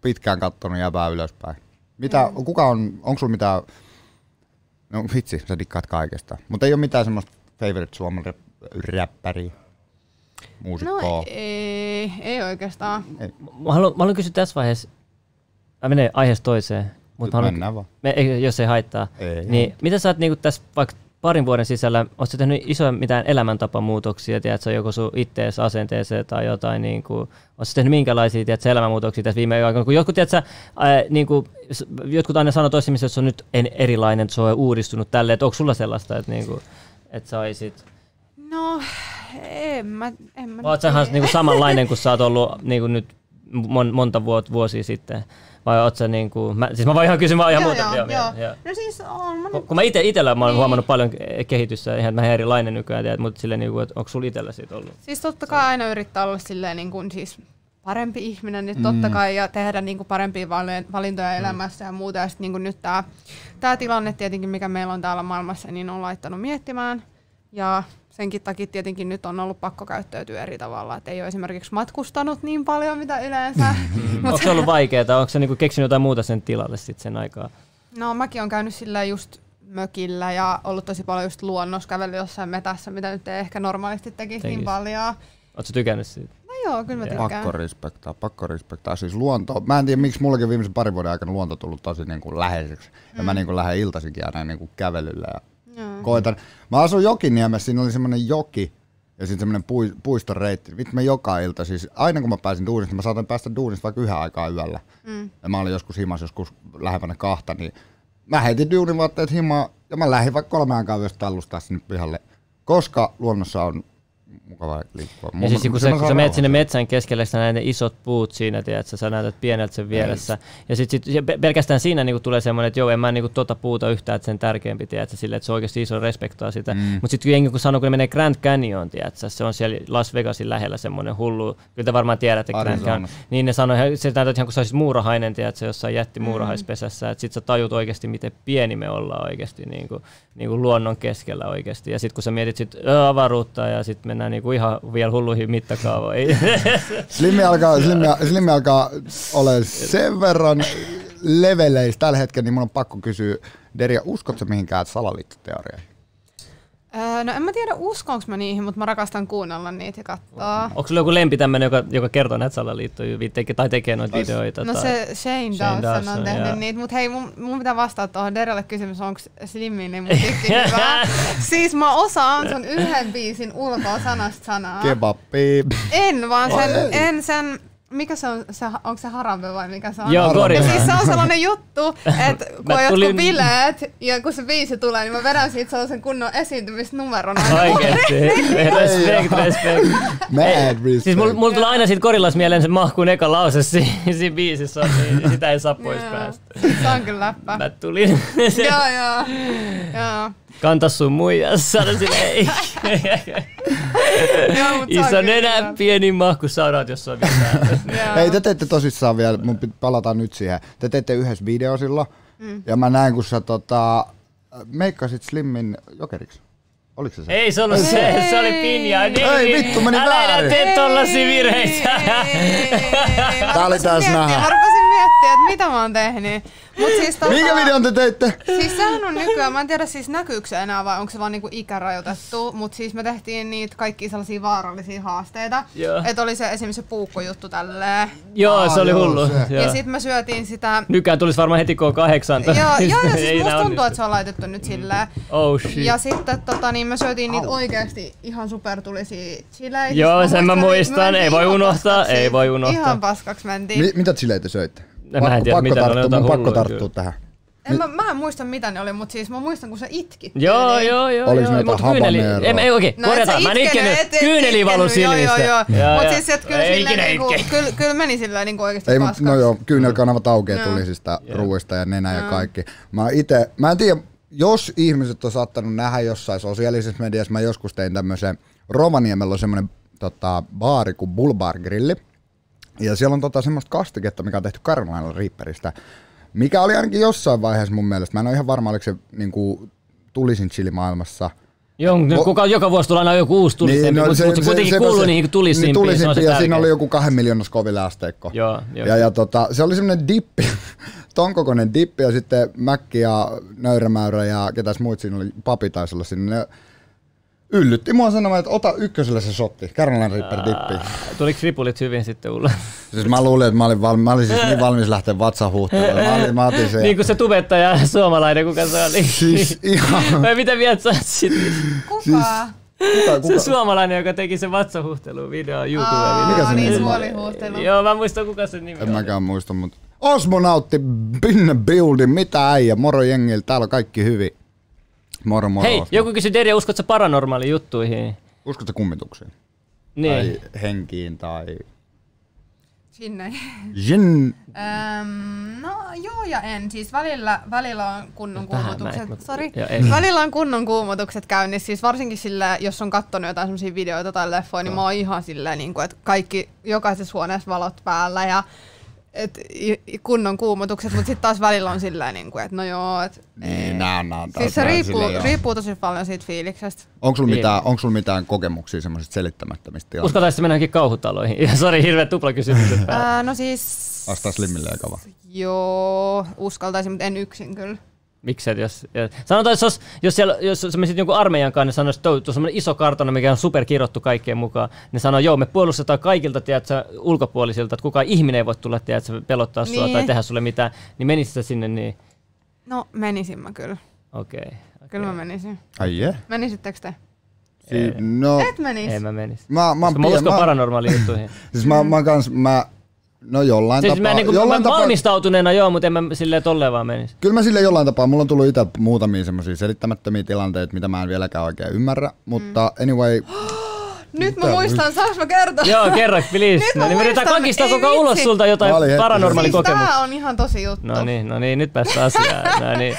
B: pitkään kattonut jäbää ylöspäin. Mitä, kuka on, onko sulla mitään, no vitsi, sä dikkaat kaikesta, mutta ei ole mitään semmoista favorite suomen rap- räppäriä, muusikkoa.
D: No ei, ei oikeastaan.
A: Mä haluan, mä haluan kysyä tässä vaiheessa, mä menen aiheesta toiseen. Mutta
B: Nyt mennään vaan.
A: me, ei, jos ei haittaa.
B: Ei
A: niin, mitä sä oot niinku tässä vaikka parin vuoden sisällä, oot sä tehnyt isoja mitään elämäntapamuutoksia, tiedätkö, joko sun ittees asenteeseen tai jotain, niinku, oot sä tehnyt minkälaisia tiedätkö, elämänmuutoksia tässä viime aikoina, kun jotkut, tiedätkö, ää, niinku, s- jotkut aina sanoo toista ihmisistä, että se on nyt en, erilainen, että se on uudistunut tälleen, että onko sulla sellaista, että niinku, et sä oisit,
D: No, en mä, en mä
A: vai oot
D: nyt
A: sähän
D: tiedä.
A: niinku samanlainen kuin sä oot ollut niinku nyt mon, monta vuotta, vuosia sitten, vai oot sä niinku, mä, siis mä vaan ihan kysyn vaan ihan muuta.
D: joo, joo, joo. No siis on mä nyt
A: Kun mä ite, itellä mä oon huomannut paljon ke- kehitystä, ihan vähän erilainen nykyään, tiedät, mutta silleen, niinku, että onko sulla itellä siitä ollut?
D: Siis totta kai aina yrittää olla silleen niin kuin siis parempi ihminen, niin totta kai, ja tehdä niin kuin parempia vali- valintoja elämässä ja muuta. Ja sitten niin kuin nyt tämä tää tilanne tietenkin, mikä meillä on täällä maailmassa, niin on laittanut miettimään. Ja senkin takia tietenkin nyt on ollut pakko käyttäytyä eri tavalla, että ei ole esimerkiksi matkustanut niin paljon mitä yleensä.
A: Onko se ollut vaikeaa, onko se niinku keksinyt jotain muuta sen tilalle sit sen aikaa?
D: No mäkin on käynyt sillä just mökillä ja ollut tosi paljon just luonnossa, kävellyt jossain metässä, mitä nyt ei ehkä normaalisti tekisi
A: Tekis.
D: niin paljon.
A: Ootko tykännyt siitä?
D: No joo, kyllä mä tykkään.
B: Pakko respektaa, pakko respektaa. Siis luonto, mä en tiedä miksi mullakin viimeisen parin vuoden aikana luonto on tullut tosi niin kuin läheiseksi. Ja
D: Mm.
B: mä niin kuin lähden iltaisinkin aina niin kuin kävelyllä ja koitan. Mä asun Jokiniemessä, siinä oli semmoinen joki ja sitten semmoinen pui, puiston reitti. Vittu mä joka ilta, siis aina kun mä pääsin duunista, mä saatan päästä duunista vaikka yhä aikaa yöllä. Mm. Ja mä olin joskus himas, joskus lähempänä kahta, niin mä heitin duunivaatteet himaa ja mä lähdin vaikka kolme aikaa yöstä tallustaa sinne pihalle. Koska luonnossa on mukava liikkua.
A: Ja siis kun, sä, kun sä
B: sain
A: menet sinne
B: rauhan.
A: metsän keskelle, sä näet ne isot puut siinä, tiedät, sä, sä näytät pieneltä sen vieressä. Ja sit, sit ja pe- pelkästään siinä niinku tulee semmoinen, että joo, en mä niinku tota puuta yhtään, että sen tärkeämpi, tiedät, sä, sille, että se oikeasti iso respektaa sitä. Mm. Mutta sitten kun jengi kun sanoo, kun ne menee Grand Canyon, tiedät, sä, se on siellä Las Vegasin lähellä semmoinen hullu, kyllä te varmaan tiedätte Grand Canyon.
B: Arizonassa.
A: Niin ne sanoo, ihan- se näytät ihan kuin sä olisit siis muurahainen, tiedät, sä, jossain
D: Mm.
A: jättimuurahaispesässä, että sit sä tajut oikeasti, miten pieni me ollaan oikeasti niin kuin, niin kuin luonnon keskellä oikeasti. Ja sitten kun sä mietit sit ö, avaruutta ja sitten mennään niin kuin ihan vielä hulluihin (laughs) mittakaavoihin.
B: Slimmi alkaa, Slimmi, Slimmi alkaa ole sen verran leveleissä tällä hetkellä, niin mun on pakko kysyä, Deria, uskotko mihinkään salaliittoteoriaan?
D: Öö, no en mä tiedä uskonko mä niihin, mutta mä rakastan kuunnella niitä ja katsoa.
A: Onko sulla joku lempi tämmöinen, joka, joka kertoo näitä salaliittoja vi- teke- tai tekee noita videoita?
D: No
A: tai...
D: se Shane,
A: Shane
D: Shane Dawson
A: Dawson,
D: on
A: joo.
D: tehnyt niitä, mutta hei mun, mun pitää vastata tuohon Derelle kysymys, onko Slimmin niin mun tykki
A: (laughs)
D: hyvä. Siis mä osaan sun yhden biisin ulkoa sanasta sanaa.
A: Ah. (laughs)
B: Kebappi.
D: En vaan sen, en sen, mikä se on, se, onko se harambe vai mikä se on?
A: Joo,
D: ja
A: gorilla.
D: siis se on sellainen
A: (laughs)
D: juttu, että kun
A: Mä
D: on
A: tulin-
D: jotkut bileet ja kun se biisi tulee, niin mä vedän siitä sellaisen kunnon esiintymisnumeron. aina (laughs)
A: Oikeesti. respect, respect.
B: Mad respect.
A: Siis mulla mul tulee aina siitä korillas mieleen se mahkuun eka lause si- siinä biisissä, on, niin sitä ei saa pois
D: Joo.
A: päästä.
D: Se on kyllä läppä.
A: Mä tulin. (laughs) Se-
D: joo, joo. joo.
A: Kanta sun muijas, sano sille
D: (laughs)
A: ei.
D: joo mut se on
A: Iso
D: kyllä
A: nenä,
D: hyvä.
A: pieni mahku, sauraat jos on mitään.
D: Joo.
B: Ei, te teitte tosissaan vielä, mun pit- palataan nyt siihen. Te teitte yhdessä video silloin, mm. ja mä näin, kun sä tota, meikkasit Slimmin jokeriksi. Oliko se se?
A: Ei se ollut se, se oli Pinja. Niin,
B: Ei,
A: niin.
B: vittu, meni
A: Älä enää
B: väärin.
A: tee tollasia virheitä.
D: Tää
B: Tää oli taas nähä.
D: Mä rupesin miettiä, että mitä mä oon tehnyt. Mut siis tota,
B: Minkä videon te teitte?
D: Siis sehän on nykyään, mä en tiedä siis näkyykö se enää vai onko se vaan niinku ikärajoitettu, mutta siis me tehtiin niitä kaikki sellaisia vaarallisia haasteita.
A: Joo.
D: Että oli se esimerkiksi se puukkojuttu tälleen.
A: Joo, se
B: Aa,
A: oli
B: joo,
A: hullu.
B: se.
A: Joo.
D: Ja sitten me syötiin sitä
A: Nykyään tulisi varmaan heti K8.
D: Joo, joo,
A: (laughs) Ei
D: ja siis
A: enää
D: musta tuntuu,
A: onnistu.
D: että se on laitettu nyt silleen.
A: Oh shit.
D: Ja sitten tota, niin me syötiin niitä oikeasti ihan supertulisia chileitä.
A: Joo, sen mä
D: muistan,
A: muistan.
D: mentiin
A: Ei voi
D: ihan
A: unohtaa,
D: paskaksi.
A: ei voi unohtaa.
D: Ihan paskaksi mentiin.
B: Mi- mitä chileitä söitte?
A: No en tiedä,
B: pakko
A: mitä ne oli,
B: tarttua,
A: jotain
B: mun pakko
A: hulluja
B: tarttua
A: kyllä.
B: tähän.
D: en, mä, mä en muista mitä ne oli, mutta siis mä muistan kun sä itkit.
A: Joo,
D: tyyliin.
A: joo, joo.
B: Oliko
A: joo,
B: meitä
A: mut kyyneli,
B: habaneroa?
A: em, ei oikein,
D: niin. No,
A: korjataan.
D: et
A: Mä
D: sä
A: en
D: itkenyt,
A: itkenyt,
D: et- et
A: kyyneli valu
D: itkenyt,
A: silmistä.
D: Joo, joo, joo.
A: Joo,
D: Mutta
A: joo.
D: siis et kyllä
A: Ei
D: silleen
A: ikinä
D: niinku,
A: itke.
D: kyllä, kyllä meni silleen niinku oikeesti
B: Ei, mut,
D: paskaksi.
B: no joo, kyynelkanavat aukeaa
D: Joo.
B: tuli siis sitä ruuista ja nenä ja kaikki. Mä ite, mä en tiedä, jos ihmiset on saattanut nähdä jossain sosiaalisessa mediassa, mä joskus tein tämmöisen, Rovaniemellä on semmoinen tota, baari kuin Bulbar Grilli, ja siellä on tota semmoista kastiketta, mikä on tehty Carolina Reaperista, mikä oli ainakin jossain vaiheessa mun mielestä, mä en ole ihan varma, oliko se niinku, tulisin chilimaailmassa,
A: Joo, no,
B: Mo-
A: kuka, joka vuosi tulee aina joku uusi tulisempi,
B: no
A: niin, mutta se, mut se kuitenkin se, kuuluu niihin tulisimpiin,
B: niin
A: se on se
B: tulisimpiin ja
A: tärkein.
B: siinä oli joku kahden miljoonan skoville asteikko.
A: Joo, joo.
B: Ja, ja tota, se oli semmoinen dippi, (laughs) ton kokoinen dippi ja sitten Mäkki ja Nöyrämäyrä ja ketäs muut siinä oli, papi taisi olla siinä. Ne yllytti mua sanomaan, että ota ykkösellä se shotti, Carolina Reaper dippi.
A: Tuliko ripulit hyvin sitten Ulla?
B: Siis mä luulin, että mä olin, valmi, mä olin siis niin valmis lähteä vatsahuhteelle. Mä, olin, mä otin
A: (laughs)
B: sen.
A: niin kuin se tubettaja suomalainen, kuka se oli. (laughs)
B: Siis ihan...
A: Vai mitä mieltä sä oot sitten?
D: Kuka?
B: Siis- Kuka,
A: Se
B: kuka?
A: suomalainen, joka teki sen vatsahuhtelun video
D: Aa,
A: YouTubeen.
B: Mikä se
D: niin,
B: nimi on?
D: suolihuhtelu.
A: Joo, mä muistan kuka sen nimi
B: En
A: oli.
B: mäkään muista, mutta... Osmonautti, Binne Buildi, mitä äijä, moro jengillä, täällä on kaikki hyvin. Moro moro.
A: Hei, joku kysyi Derja, uskotko sä paranormaali juttuihin?
B: Uskotko kummituksiin?
A: Niin.
B: Tai henkiin tai...
D: Sinne. Niin.
B: Jin...
D: Öm, no joo ja en. Siis välillä, välillä on kunnon
A: Vähän
D: kuumotukset.
A: näin, mut-
D: Sorry.
A: joo, ei.
D: Välillä on kunnon kuumotukset käynnissä. Siis varsinkin sillä, jos on katsonut jotain semmoisia videoita tai leffoja, niin mä oon ihan silleen, niin kuin, että kaikki, jokaisessa huoneessa valot päällä ja et, i- i- kunnon kuumotukset. Mutta sitten taas välillä on silleen, niin kuin, että no joo. Et,
B: Niin, nää, nää on taas
D: siis se
B: vähän
D: riippuu,
B: silleen, joo.
D: riippuu tosi paljon siitä fiiliksestä.
B: Onko sulla,
A: Niin.
B: mitään, onko sulla mitään kokemuksia semmoisista selittämättömistä tilanteista?
A: Uskotaan, että mennä johonkin kauhutaloihin. (laughs) Sori, hirveä tuplakysymys.
B: (laughs)
A: että-
D: Ää, no siis...
B: Vastaa Slimmille ja kava.
D: Joo, uskaltaisin, mutta en yksin kyllä.
A: Miksi et, jos... ja- Sanotaan, että jos, jos, siellä, jos sä menisit jonkun armeijan kanssa, niin sanoisit, että tuo- tuossa on semmoinen iso kartano, mikä on superkirjoittu kaikkeen mukaan. Ne sanoo, joo, me puolustetaan kaikilta, tiedätkö, ulkopuolisilta, että kukaan ihminen ei voi tulla, tiedätkö, pelottaa sua
D: Niin.
A: tai tehdä sulle mitään. Niin menisit sä sinne, niin
D: No, menisin mä kyllä.
A: okei. Okay.
D: Kyllä mä menisin.
B: Ai je?
D: Menisittekö te?
B: Si- no,
D: Et menis.
A: Ei mä menis.
B: mä, mä,
A: Koska Siis mä
B: pien-
A: uskon
B: mä-
A: paranormaaliin
B: (laughs)
A: juttuihin.
B: Siis mä, mä kans, mä, no jollain
A: Siis
B: tapaa.
A: mä, niin kuin, mä
B: jollain tapaa-
A: valmistautuneena joo, mutta en mä silleen tolleen vaan menis.
B: Kyllä mä sille jollain tapaa, mulla on tullut itse muutamia semmoisia selittämättömiä tilanteita, mitä mä en vieläkään oikein ymmärrä, mutta
D: Mm.
B: anyway,
D: Nyt mä muistan, saanko mä kertoa? Siis
A: Joo, kerro, please.
D: (laughs) Nyt mä
A: no niin, me yritetään
D: muistan,
A: kakistaa
D: ei
A: koko
D: vitsi.
A: ulos sulta jotain
B: Mä olin hetki.
A: paranormaali
D: siis
A: kokemus.
D: tää on ihan tosi juttu.
A: No niin, no niin, nyt päästään asiaan. No niin.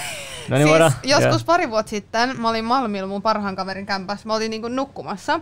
A: No niin,
D: siis
A: voidaan.
D: joskus
A: Joo.
D: pari vuotta sitten mä olin Malmilla mun parhaan kaverin kämpässä. Mä oltiin niinku nukkumassa.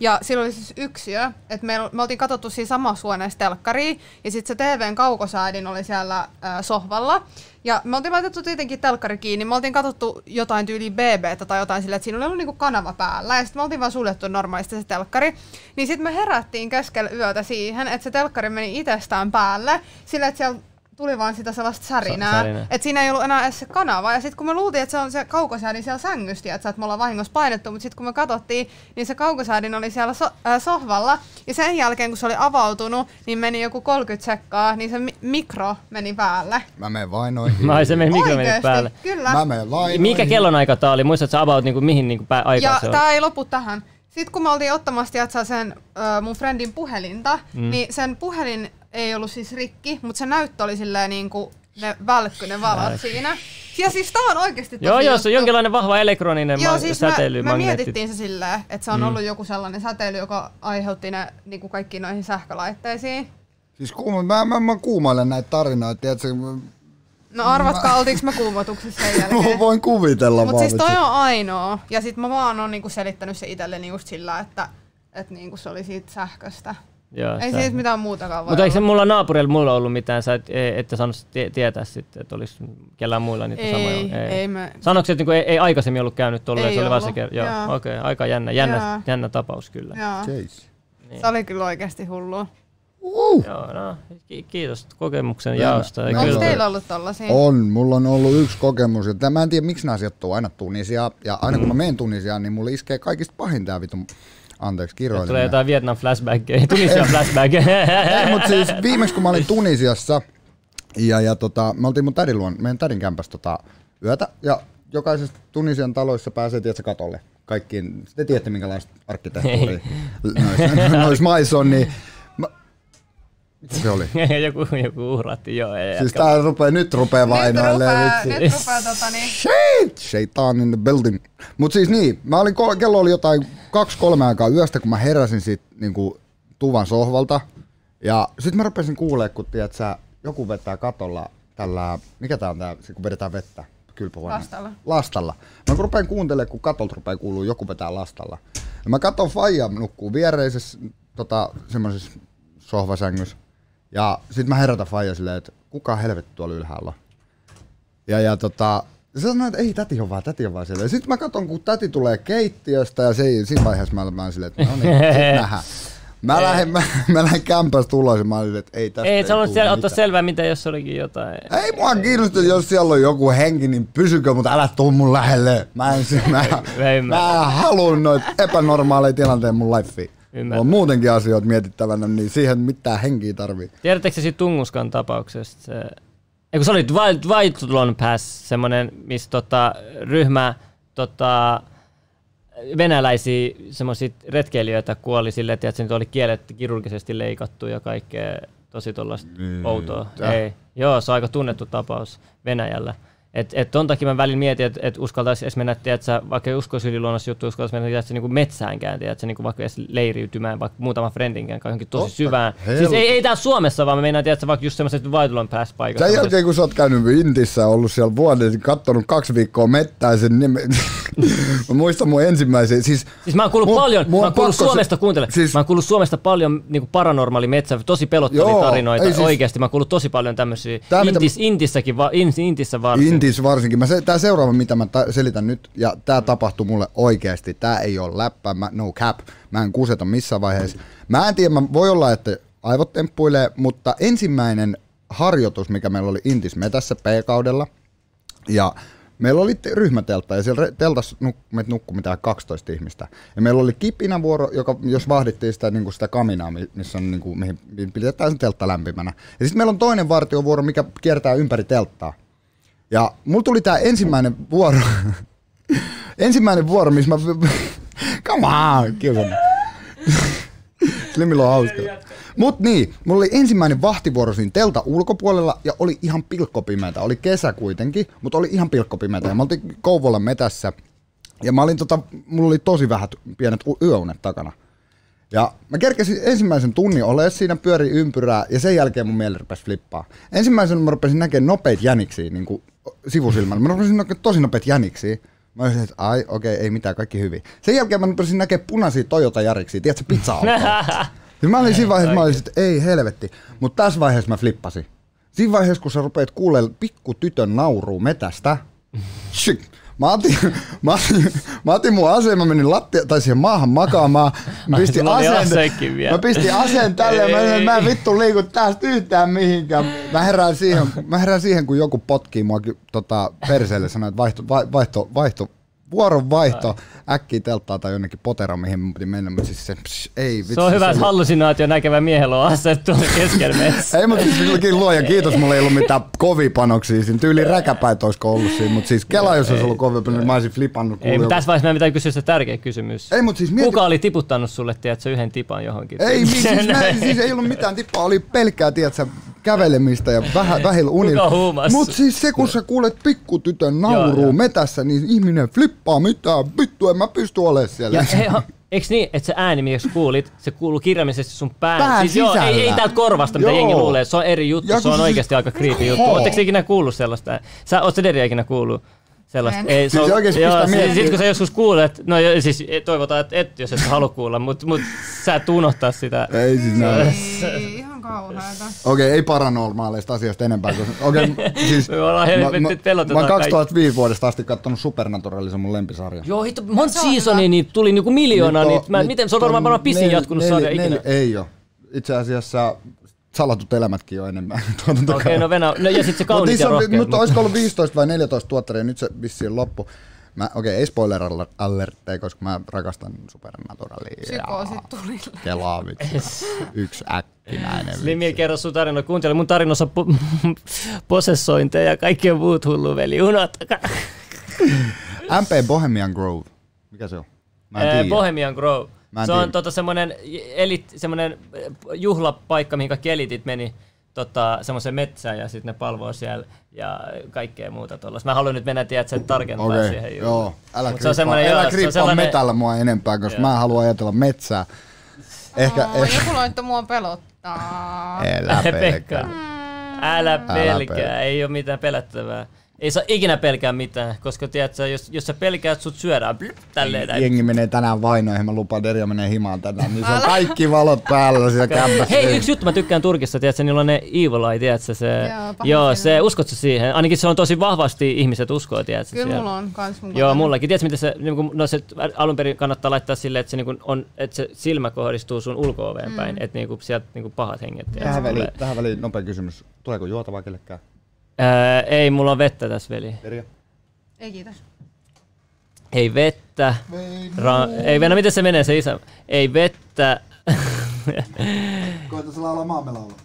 D: Ja silloin oli siis yksiö, että me, me oltiin katsottu siinä samassa huoneessa telkkariin, ja sitten se TVn kaukosäädin oli siellä äh, sohvalla. Ja me oltiin laitettu tietenkin telkkari kiinni, me oltiin katsottu jotain tyyli BBtä tai jotain sillä, että siinä oli ollut niinku kanava päällä, ja sitten me oltiin vaan suljettu normaalisti se telkkari. Niin sitten me herättiin keskellä yötä siihen, että se telkkari meni itsestään päälle, sillä että siellä tuli vaan sitä sellaista särinää,
A: särinää.
D: et siinä ei ollut enää edes se kanava. Ja sitten kun me luultiin, että se on se kaukosäädin siellä sängysti, että me ollaan vahingossa painettu, mutta sitten kun me katsottiin, niin se kaukosäädin oli siellä so- äh, sohvalla. Ja sen jälkeen, kun se oli avautunut, niin meni joku 30 sekkaa, niin se mi- mikro meni päälle.
B: mä
A: (laughs)
B: menen vainoihin.
A: Mä se meni mikro meni
D: Oikeesti,
A: päälle.
D: Kyllä.
B: Mä menen vainoihin.
A: Mikä kellonaika tää oli? Muistatko sä about niinku, mihin niinku pää, aikaan
D: ja
A: se oli?
D: tämä ei lopu tähän. Sitten kun me oltiin ottamassa tiedätkö, sen ö, mun friendin puhelinta, mm. niin sen puhelin ei ollut siis rikki, mutta se näyttö oli silleen niin kuin ne välkky, ne valot siinä. Ja siis tää on oikeasti tosi
A: Joo, joo, se
D: juttu.
A: on jonkinlainen vahva elektroninen
D: Joo,
A: ma- Mm.
D: siis
A: säteily,
D: me, me
A: magneetti.
D: mietittiin se silleen, että se on ollut joku sellainen säteily, joka aiheutti ne niin kuin kaikkiin noihin sähkölaitteisiin.
B: Siis kuuma, mä, mä, mä kuumailen näitä tarinoita, tiedätkö?
D: No arvatkaa, oltiinko me kuumotuksessa
B: Mm.
D: sen
B: (laughs) Mä
D: jälkeen.
B: voin kuvitella
D: Mutta
B: vaan.
D: siis toi
B: vitsi.
D: on ainoa. Ja sit mä vaan oon niinku selittänyt se itselleni just sillä, että et niinku se oli siitä sähköstä.
A: Joo,
D: Ei
A: sä-
D: siitä mitään muutakaan voi
A: Mutta eikö se
D: olla.
A: mulla naapurilla mulla ollut mitään, sä et, e- ette saanut tie- tietää sitten, että olisi kellään muilla niitä
D: ei,
A: samoja?
D: ei, ei, me...
A: Sanoiko se, että niinku ei, ei aikaisemmin ollut käynyt tolleen,
D: Ei
A: se oli vaan se
D: ollut.
A: kerran? Joo,
D: Joo.
A: okei, okay, aika jännä, jännä,
D: Joo.
A: jännä tapaus kyllä. Joo,
D: Joo.
B: Jeez.
D: Se oli kyllä oikeasti hullua.
B: Uh.
A: no, ki- kiitos kokemuksen
B: Joo,
A: jaosta. Ja
B: joo.
D: Onko
A: kyllä,
D: teillä ollut tollasia?
B: On, mulla on ollut yksi kokemus, ja tää- mä en tiedä miksi nämä asiat on aina Tunisia, ja aina kun mä menen Tunisiaan, niin mulla iskee kaikista pahin tää vitun, anteeksi, kiroilin.
A: tulee jotain Vietnam (laughs) flashbackkejä, Tunisia flashbackkejä.
B: Ei, mutta siis viimeksi kun mä olin Tunisiassa, ja, ja tota, me oltiin mun tädin luon, meidän tädin kämpässä tota, yötä, ja jokaisessa Tunisian taloissa pääsee, tiedätkö, katolle. Kaikkiin, te tiedätte minkälaista arkkitehtuuria noissa nois (laughs) maissa on, niin mä, mitä se oli?
A: (laughs) joku, joku uhratti, joo. Ei,
B: Siis tää rupeaa, nyt rupeaa
D: Nyt
B: vainoilemaan
D: rupeaa,
B: vitsi.
D: nyt rupeaa tota niin...
A: (laughs)
B: Shit! Shaitan in the building. Mut siis niin, mä olin, kol- kello oli jotain kaksi kolme aikaa yöstä, kun mä heräsin sit niinku tuvan sohvalta. Ja sit mä rupesin kuulee, kun tiedät sä, joku vetää katolla tällä, mikä tää on tää, se, kun vedetään vettä kylpyhuoneen.
D: Lastalla.
B: Lastalla. Mä kun rupean kuuntelemaan, kun katolta rupeaa kuuluu, joku vetää lastalla. Ja mä katon faija nukkuu viereisessä tota, semmoisessa sohvasängyssä. Ja sit mä herätän faija silleen, että kuka helvetti tuolla ylhäällä on. Ja, ja tota, se sanoi, että ei, täti on vaan, täti on vaan siellä. Sitten
A: (laughs)
B: mä katson, kun täti tulee keittiöstä ja se, siinä vaiheessa mä olen vaan silleen, että no niin, sit nähdään. Mä lähden, mä, mä lähden kämpästä ulos ja mä olin, että ei tästä
A: Ei, sä haluat
B: tuu
A: siellä ottaa
B: mitään.
A: selvää, mitä jos olikin jotain.
B: Ei mua kiinnosta, jos siellä on joku henki, niin pysykö, mutta älä tuu mun lähelle. Mä en, si- mä,
A: Mä
B: mä,
A: ymmärrän.
B: haluun noita epänormaaleja tilanteita mun lifeen. Mulla on
A: Ymmärrän.
B: muutenkin asioita mietittävänä, niin siihen mitään henkiä tarvii.
A: Tiedättekö se siitä Tunguskan tapauksesta? Se, eikö se oli Dwight, Dwightlon Pass, semmoinen, missä tota, ryhmä tota, venäläisiä semmoisia retkeilijöitä kuoli sille, että se nyt oli kielet kirurgisesti leikattu ja kaikkea tosi tuollaista outoa. Ei. Joo, se on aika tunnettu tapaus Venäjällä. Et, et ton takia mä välin mietin, että et uskaltaisi edes mennä, tiedätkö, vaikka ei uskoisi yliluonnossa juttu, uskaltaisi mennä tiedätkö, niin metsäänkään, tiedätkö, niin vaikka edes leiriytymään, vaikka muutaman friendinkään, johonkin tosi
B: Totta,
A: syvään. Siis
B: helvetti.
A: ei, ei täällä Suomessa, vaan me meinaan, tiedätkö, vaikka just semmoiset vaitulon päässä paikassa.
B: Sen jälkeen, kun sä oot käynyt Intissä, ollut siellä vuoden, niin kattonut kaksi viikkoa mettää sen, niin (laughs) mä muistan mun ensimmäisen, siis...
A: Siis mä oon kuullut
B: Mun-
A: paljon,
B: mun
A: mä
B: on
A: oon kuullut
B: pakko se-
A: Suomesta, kuuntele,
B: siis-
A: siis, mä oon kuullut Suomesta paljon niin paranormaali metsä, tosi pelottavia
B: Joo,
A: tarinoita,
B: ei
A: siis,
B: siis-
A: oikeasti mä oon kuullut tosi paljon tämmöisiä,
B: Tää, mitä-
A: Intis, Intissäkin, va, in, Intissä varsin.
B: Intis varsinkin. Mä se, tää seuraava, mitä mä ta- selitän nyt, ja tämä tapahtui mulle oikeasti. Tämä ei ole läppä, mä, no cap. Mä en kuseta missään vaiheessa. Mä en tiedä, mä, voi olla, että aivot temppuilee, mutta ensimmäinen harjoitus, mikä meillä oli Intis metässä P-kaudella, ja meillä oli te- ryhmäteltta ja siellä re- teltassa nuk- me nukkui mitään 12 ihmistä. Ja meillä oli kipinävuoro, joka, jos vahdittiin sitä, niin kuin sitä kaminaa, mi- missä on, niin kuin, mihin mihin pidetään sen teltta lämpimänä. Ja sitten meillä on toinen vartiovuoro, mikä kiertää ympäri telttaa. Ja mulla tuli tää ensimmäinen vuoro. (laughs) ensimmäinen vuoro, missä mä... (laughs) Come on, (laughs) kiusan. Slimillä on hauska. Mut niin, mulla oli ensimmäinen vahtivuoro siinä telta ulkopuolella ja oli ihan pilkkopimeätä. Oli kesä kuitenkin, mutta oli ihan pilkkopimeätä. Ja mä oltiin Kouvolan metässä ja mä olin tota, mulla oli tosi vähät pienet u- yöunet takana. Ja mä kerkesin ensimmäisen tunnin ole siinä pyöri ympyrää ja sen jälkeen mun mieli rupesi flippaa. Ensimmäisen mä rupesin näkemään nopeita jäniksiä niin kuin sivusilmällä. Mä rupesin näkemään tosi nopeita jäniksiä. Mä olisin, että ai okei, ei mitään, kaikki hyvin. Sen jälkeen mä rupesin näkemään punaisia Toyota Jariksiä, tiedätkö, pizza ja Siis mä olin siinä vaiheessa, mä olin, että ei helvetti. Mutta tässä vaiheessa mä flippasin. Siinä vaiheessa, kun sä rupeat kuulemaan pikku tytön nauruu metästä, shit. Mä otin, (laughs) mä, otin, mä otin mun aseen, mä menin lattia, tai siihen maahan makaamaan. Mä pistin
A: Sulla oli
B: aseen,
A: aseekin vielä.
B: mä pistin aseen tälle, mä, sanoin,
A: Ei.
B: mä en vittu liiku tästä yhtään mihinkään. Mä herään siihen, mä herään siihen kun joku potkii mua ky- tota, perseelle, sanoo, että vaihto, vai- vaihto, vaihto, vuoron vaihto, äkkiä telttaa tai jonnekin potero, mihin mun piti mennä, mutta siis se, psh, ei vitsi.
A: Se on hyvä,
B: oli-
A: että hallusinaatio näkevä miehellä on asettu keskellä metsää.
B: ei, mutta siis silläkin luoja, kiitos, mulla ei ollut mitään kovia panoksia siinä. Tyyli räkäpäät olisiko ollut siinä, mutta siis Kela, jos olisi ollut kovia panoksia, mä olisin flipannut.
A: Ei,
B: kuule,
A: mutta tässä vaiheessa meidän pitää kysyä se tärkeä kysymys.
B: Ei, mut siis mieti-
A: Kuka oli tiputtanut sulle, tiedätkö, yhden tipan johonkin?
B: Ei, mi-
A: (laughs)
B: siis, mä, siis ei ollut mitään tippaa, oli pelkkää, tiedätkö, kävelemistä ja vähän, vähillä unilla.
A: Kuka huumas?
B: Mutta siis se, kun sä kuulet pikkutytön nauruu
A: Joo, joo.
B: metässä, niin ihminen flippaa mitään, vittu, en mä pysty olemaan siellä. (laughs)
A: Ja he, eikö niin, että se ääni, mikä sä kuulit, se kuuluu kirjaimellisesti sun pään,
B: Pään
A: siis joo, ei,
B: sisällä.
A: ei täältä korvasta, mitä
B: Joo.
A: jengi luulee, se on eri juttu,
B: Ja
A: se
B: kun
A: on
B: se-
A: oikeasti aika kriipi juttu.
B: Joo.
A: Ootteko ikinä kuullut sellaista? Sä, oot sä Deria ikinä kuullut? Sellaista.
D: En.
A: Ei,
B: Siis oikeesti pistää
A: siis,
B: miettimään.
A: sit kun sä joskus kuulet, no jo- siis ei- toivotaan, että et, jos et sä halua kuulla, mutta mut, sä et unohtaa sitä.
B: Ei siis näin.
D: Ei, ihan kauheata.
B: Okei, ei paranormaaleista asioista enempää. Koska,
A: (laughs)
B: okei, siis,
A: Me ollaan helvetin
B: mä
A: pelotetaan
B: oon 2005 vuodesta asti kattonut Supernaturalin, se on mun lempisarja.
A: Joo, hitto, monta
D: Se on
A: seasonia
D: hyvä.
A: niitä tuli niinku miljoonaa,
B: Nyt
A: niin mä, miten, se on varmaan varmaan pisin
B: nel-
A: jatkunut
B: nel-
A: sarja
B: nel-
A: ikinä.
B: Ei ole. Itse asiassa salatut elämätkin jo enemmän. (laughs) Tuota,
A: Okei, no Venä, no ja sit se kaunis ja rohkea.
B: niin Mutta olisiko ollut 15 vai 14 tuottaria, nyt se vissiin loppu. Mä, okei, ei spoiler aller- alertteja, koska mä rakastan Supernaturalia.
D: Psykoosit tulille.
B: Kelaa vitsi. Yksi äkkinäinen
A: Limi,
B: vitsi.
A: kerro sun tarina. Kuuntele mun tarinoissa po- (laughs) posessointeja ja kaikkea muut hulluveli. Unohtakaa.
B: MP Bohemian Grove. Mikä se on? Mä en
A: Ää,
B: tiedä.
A: Bohemian Grove.
B: Mä en
A: Se on
B: tiedä.
A: tota semmonen, elit, semmonen äh, juhlapaikka, mihin kaikki elitit meni tota, semmoiseen metsään ja sitten ne palvoo siellä ja kaikkea muuta tuollaista. Mä haluan nyt mennä, tiedätkö, tarkentaa
B: Okei,
A: siihen.
B: joo. Älä
A: Mut
B: kriippaa,
A: se on semmoinen, joo, se
B: älä
A: on
B: kriippaa
A: sellainen- (laughs)
B: metällä mua enempää, koska
A: Joo.
B: mä haluan ajatella metsää. Ehkä,
D: Oh,
B: ehkä.
D: joku loitto mua pelottaa.
B: Elä
A: Pekka.
B: pelkää.
A: Älä
B: pelkää.
A: pelkää, ei ole mitään pelättävää. Ei saa ikinä pelkää mitään, koska tiedätkö, jos, jos sä pelkäät, sut syödään blip, tälleen näin.
B: Jengi menee tänään vainoihin, mä lupaan, Derja menee himaan tänään, niin se on kaikki valot päällä siellä kämpässä.
A: Hei, yksi juttu mä tykkään Turkissa, tiedätkö, niillä on ne evil eye, tiedätkö, se,
D: Joo, paha
A: joo,
D: siinä.
A: se, uskotko siihen? Ainakin se on tosi vahvasti ihmiset uskoo, tiedätkö,
D: Kyllä
A: siellä.
D: mulla on kans mun
A: Joo,
D: kotona.
A: mullakin. Tiedätkö, miten se, niin kun, no se alun perin kannattaa laittaa silleen, että se, niin kun on, että se silmä kohdistuu sun ulko-oveen
D: Mm.
A: päin, että niin kuin, sieltä niin kuin pahat henget. tiedätkö,
B: Tähän väliin,
A: tulee.
B: tähän väliin nopea kysymys. Tuleeko juotavaa kellekään?
A: Ää, ei, mulla on vettä tässä, veli.
B: Derja?
D: Ei kiitos.
A: Ei vettä. Ra- ei Venä, miten se menee se isä? Ei vettä. (laughs)
E: Koita se laulaa maamme laulaa.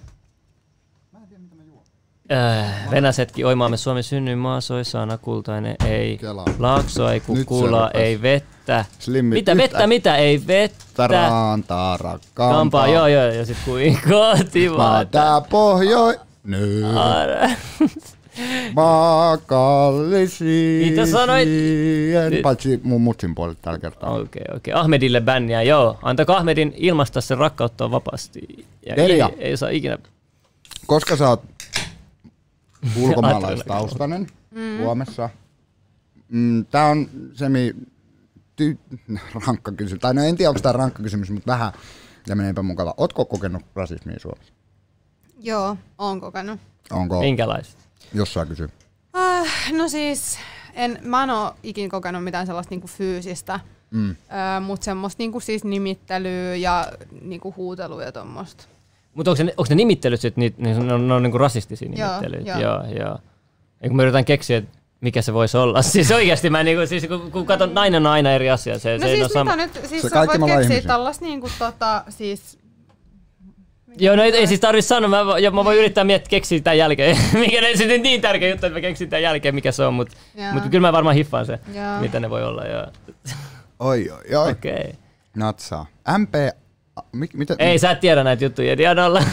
A: Äh, Venäsetki oimaamme Suomen synnyin maa, soi saana kultainen, ei
B: Kelaa.
A: laaksoa, ei
B: Nyt se
A: kukula,
B: rupes.
A: ei vettä.
B: Slimmi.
A: Mitä
B: Nyt
A: vettä, mitä, ei vettä.
B: Taraan, taara, kampaa.
A: Kampaa, joo joo, ja sit kuin kotimaa.
B: Mä tää pohjoi... Nyt maakallisi.
A: Mitä sanoit?
B: En, Paitsi mun mutsin puolelta tällä kertaa.
A: Okei, okei. Ahmedille bänniä, joo. Antakaa Ahmedin ilmaista sen rakkautta vapaasti. Ja
B: Derja.
A: ei, ei saa ikinä.
B: Koska
A: (laughs)
B: sä oot ulkomaalaistaustainen Suomessa, mm, tää on semi ty- rankka kysymys. Tai no en tiedä, onko tää rankka kysymys, mutta vähän ja meneepä mukava. Ootko kokenut rasismia Suomessa?
D: Joo, oon kokenut.
B: Onko?
A: Minkälaista?
B: Jos saa kysyä.
D: Äh, no siis, en, mä en oo ikin kokenut mitään sellaista niinku fyysistä, mm. äh, mutta semmoista niinku siis nimittelyä ja niinku huutelua ja tommoista.
A: Mutta onko ne, onko ne nimittelyt sit, niin, niin ne on, ne on niinku rasistisia
D: Joo,
A: nimittelyt?
D: joo.
A: joo. joo. Ja kun mä yritän keksiä, että mikä se voisi olla. (laughs) Siis oikeasti mä niinku, siis kun, kun katson, nainen on aina eri asia. Se,
D: No
A: se ei
D: siis
A: ole
D: mitä
A: sama.
D: nyt, siis
B: Se
D: sä
B: kaikki me
D: voit
B: ollaan
D: keksiä
B: ihmisiä.
D: tällas niinku tota, siis
A: Joo, no ei, ei siis tarvi sanoa. Mä, vo- ja mä voin yrittää miettiä, keksiä tämän jälkeen. (laughs) mikä ne sitten niin tärkeä juttu, että mä keksin tämän jälkeen, mikä se on. Mutta
D: Joo.
A: mut kyllä mä varmaan hiffaan se,
D: Joo.
A: mitä ne voi olla. Joo.
B: Oi, oi, oi.
A: Okei. Okay.
B: Natsaa. MP... a, Mik, mitä?
A: Ei, sä et tiedä näitä juttuja, (laughs) Dianalla.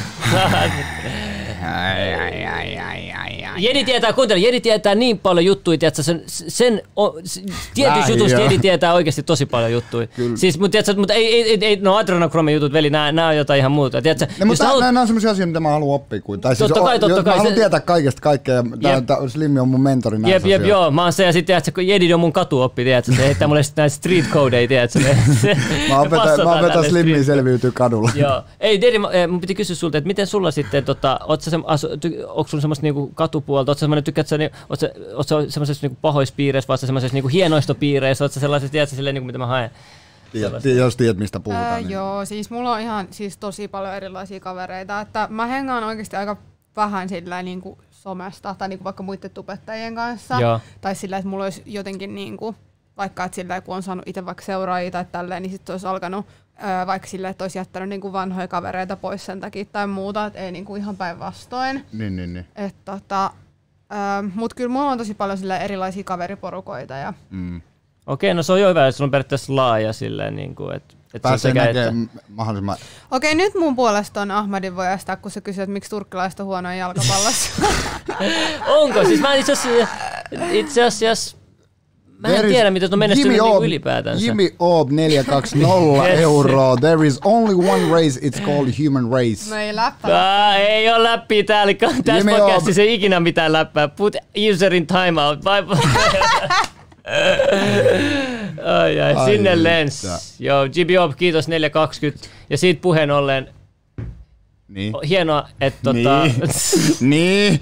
A: Jedi tietää, kuuntele, Jedi tietää niin paljon juttuja, tiedätkö, sen, sen o, s- tietyistä
B: Vähän
A: jutuista
B: joo.
A: Jedi tietää oikeasti tosi paljon juttuja. Siis, mutta tiedätkö, mutta ei, ei, ei, ei no Adrenokromin jutut, veli, nämä, nämä on jotain ihan muuta. Tiedätkö,
B: No,
A: jos
B: mutta
A: sä haluat,
B: nämä, nämä on sellaisia asioita, mitä mä haluan oppia. Kuin, tai siis,
A: Totta kai,
B: o-
A: totta
B: jos
A: kai,
B: Mä haluan
A: se-
B: tietää kaikesta kaikkea. Tämä,
A: Jep.
B: tämä, Slimmi on mun mentori näissä
A: Jep, jep,
B: asioissa.
A: joo, mä oon se ja sitten tiedätkö, kun Jedi on mun katuoppi, tiedätkö, se heittää mulle sitten näitä street codeja, tiedätkö. me- (laughs) se- me
B: Mä opetan,
A: passataan
B: mä opetan
A: näille
B: Slimmiä
A: street-
B: selviytyy kadulla.
A: Joo. Ei, Deri, mä- eh, mun piti kysyä sulta, että miten sulla sitten, tota, oot sä sem- asu, ty, onko sulla semmoista niinku katupuolta, oot sä semmoinen, tykkäät sä, niinku, oot sä, oot sä semmoisessa niinku pahoissa piireissä, vai oot sä semmoisessa niinku hienoista piireissä, oot sä sellaisessa, tiedät sä silleen, niinku, mitä mä haen.
B: Tiedät- tiedät- Jos tiedät, mistä
D: Ää,
B: puhutaan. niin.
D: Joo, siis mulla on ihan siis tosi paljon erilaisia kavereita. Että mä hengaan oikeasti aika vähän sillä niin kuin somesta tai niin kuin vaikka muiden tubettajien kanssa.
A: Joo.
D: Tai sillä, että mulla olisi jotenkin niin kuin, vaikka että sillä, kun on saanut itse vaikka seuraajia tai tälleen, niin sitten olisi alkanut ää, vaikka sillä, että olisi jättänyt niin kuin vanhoja kavereita pois sen takia tai muuta, että ei niin kuin ihan päinvastoin.
B: Niin, niin, niin.
D: Et Tota, Mutta kyllä mulla on tosi paljon sillä erilaisia kaveriporukoita ja
B: Mm.
A: Okei, no se on jo hyvä, että sulla on periaatteessa laaja silleen, niinku, että et se on
B: Pääsee
A: sekä että...
B: näkemään mahdollisimman...
D: Okei, nyt mun puolesta on Ahmadin voi estää, kun sä kysyt, että miksi turkkilaiset on huonoja (laughs) jalkapallossa.
A: Onko? Siis mä itse asiassa, itse asiassa, mä en
B: There is-
A: tiedä, miten on menestynyt
B: Jimmy
A: niinku
B: Oob-
A: ylipäätänsä.
B: Jimmy Oob 420
A: Yes.
B: euroa. There is only one race, it's called human race.
D: No ei läppä.
A: Ah, ei ole läppiä täällä. Tässä
B: Jimmy on-
A: podcastissa ei ikinä mitään läppää. Put userin timeout.
B: (laughs)
A: Bye ai, ai,
B: Ai
A: sinne
B: että.
A: lens. Joo, GBOB, kiitos 420. Ja siitä puheen ollen,
B: Niin.
A: hienoa, että tota...
B: (laughs) niin.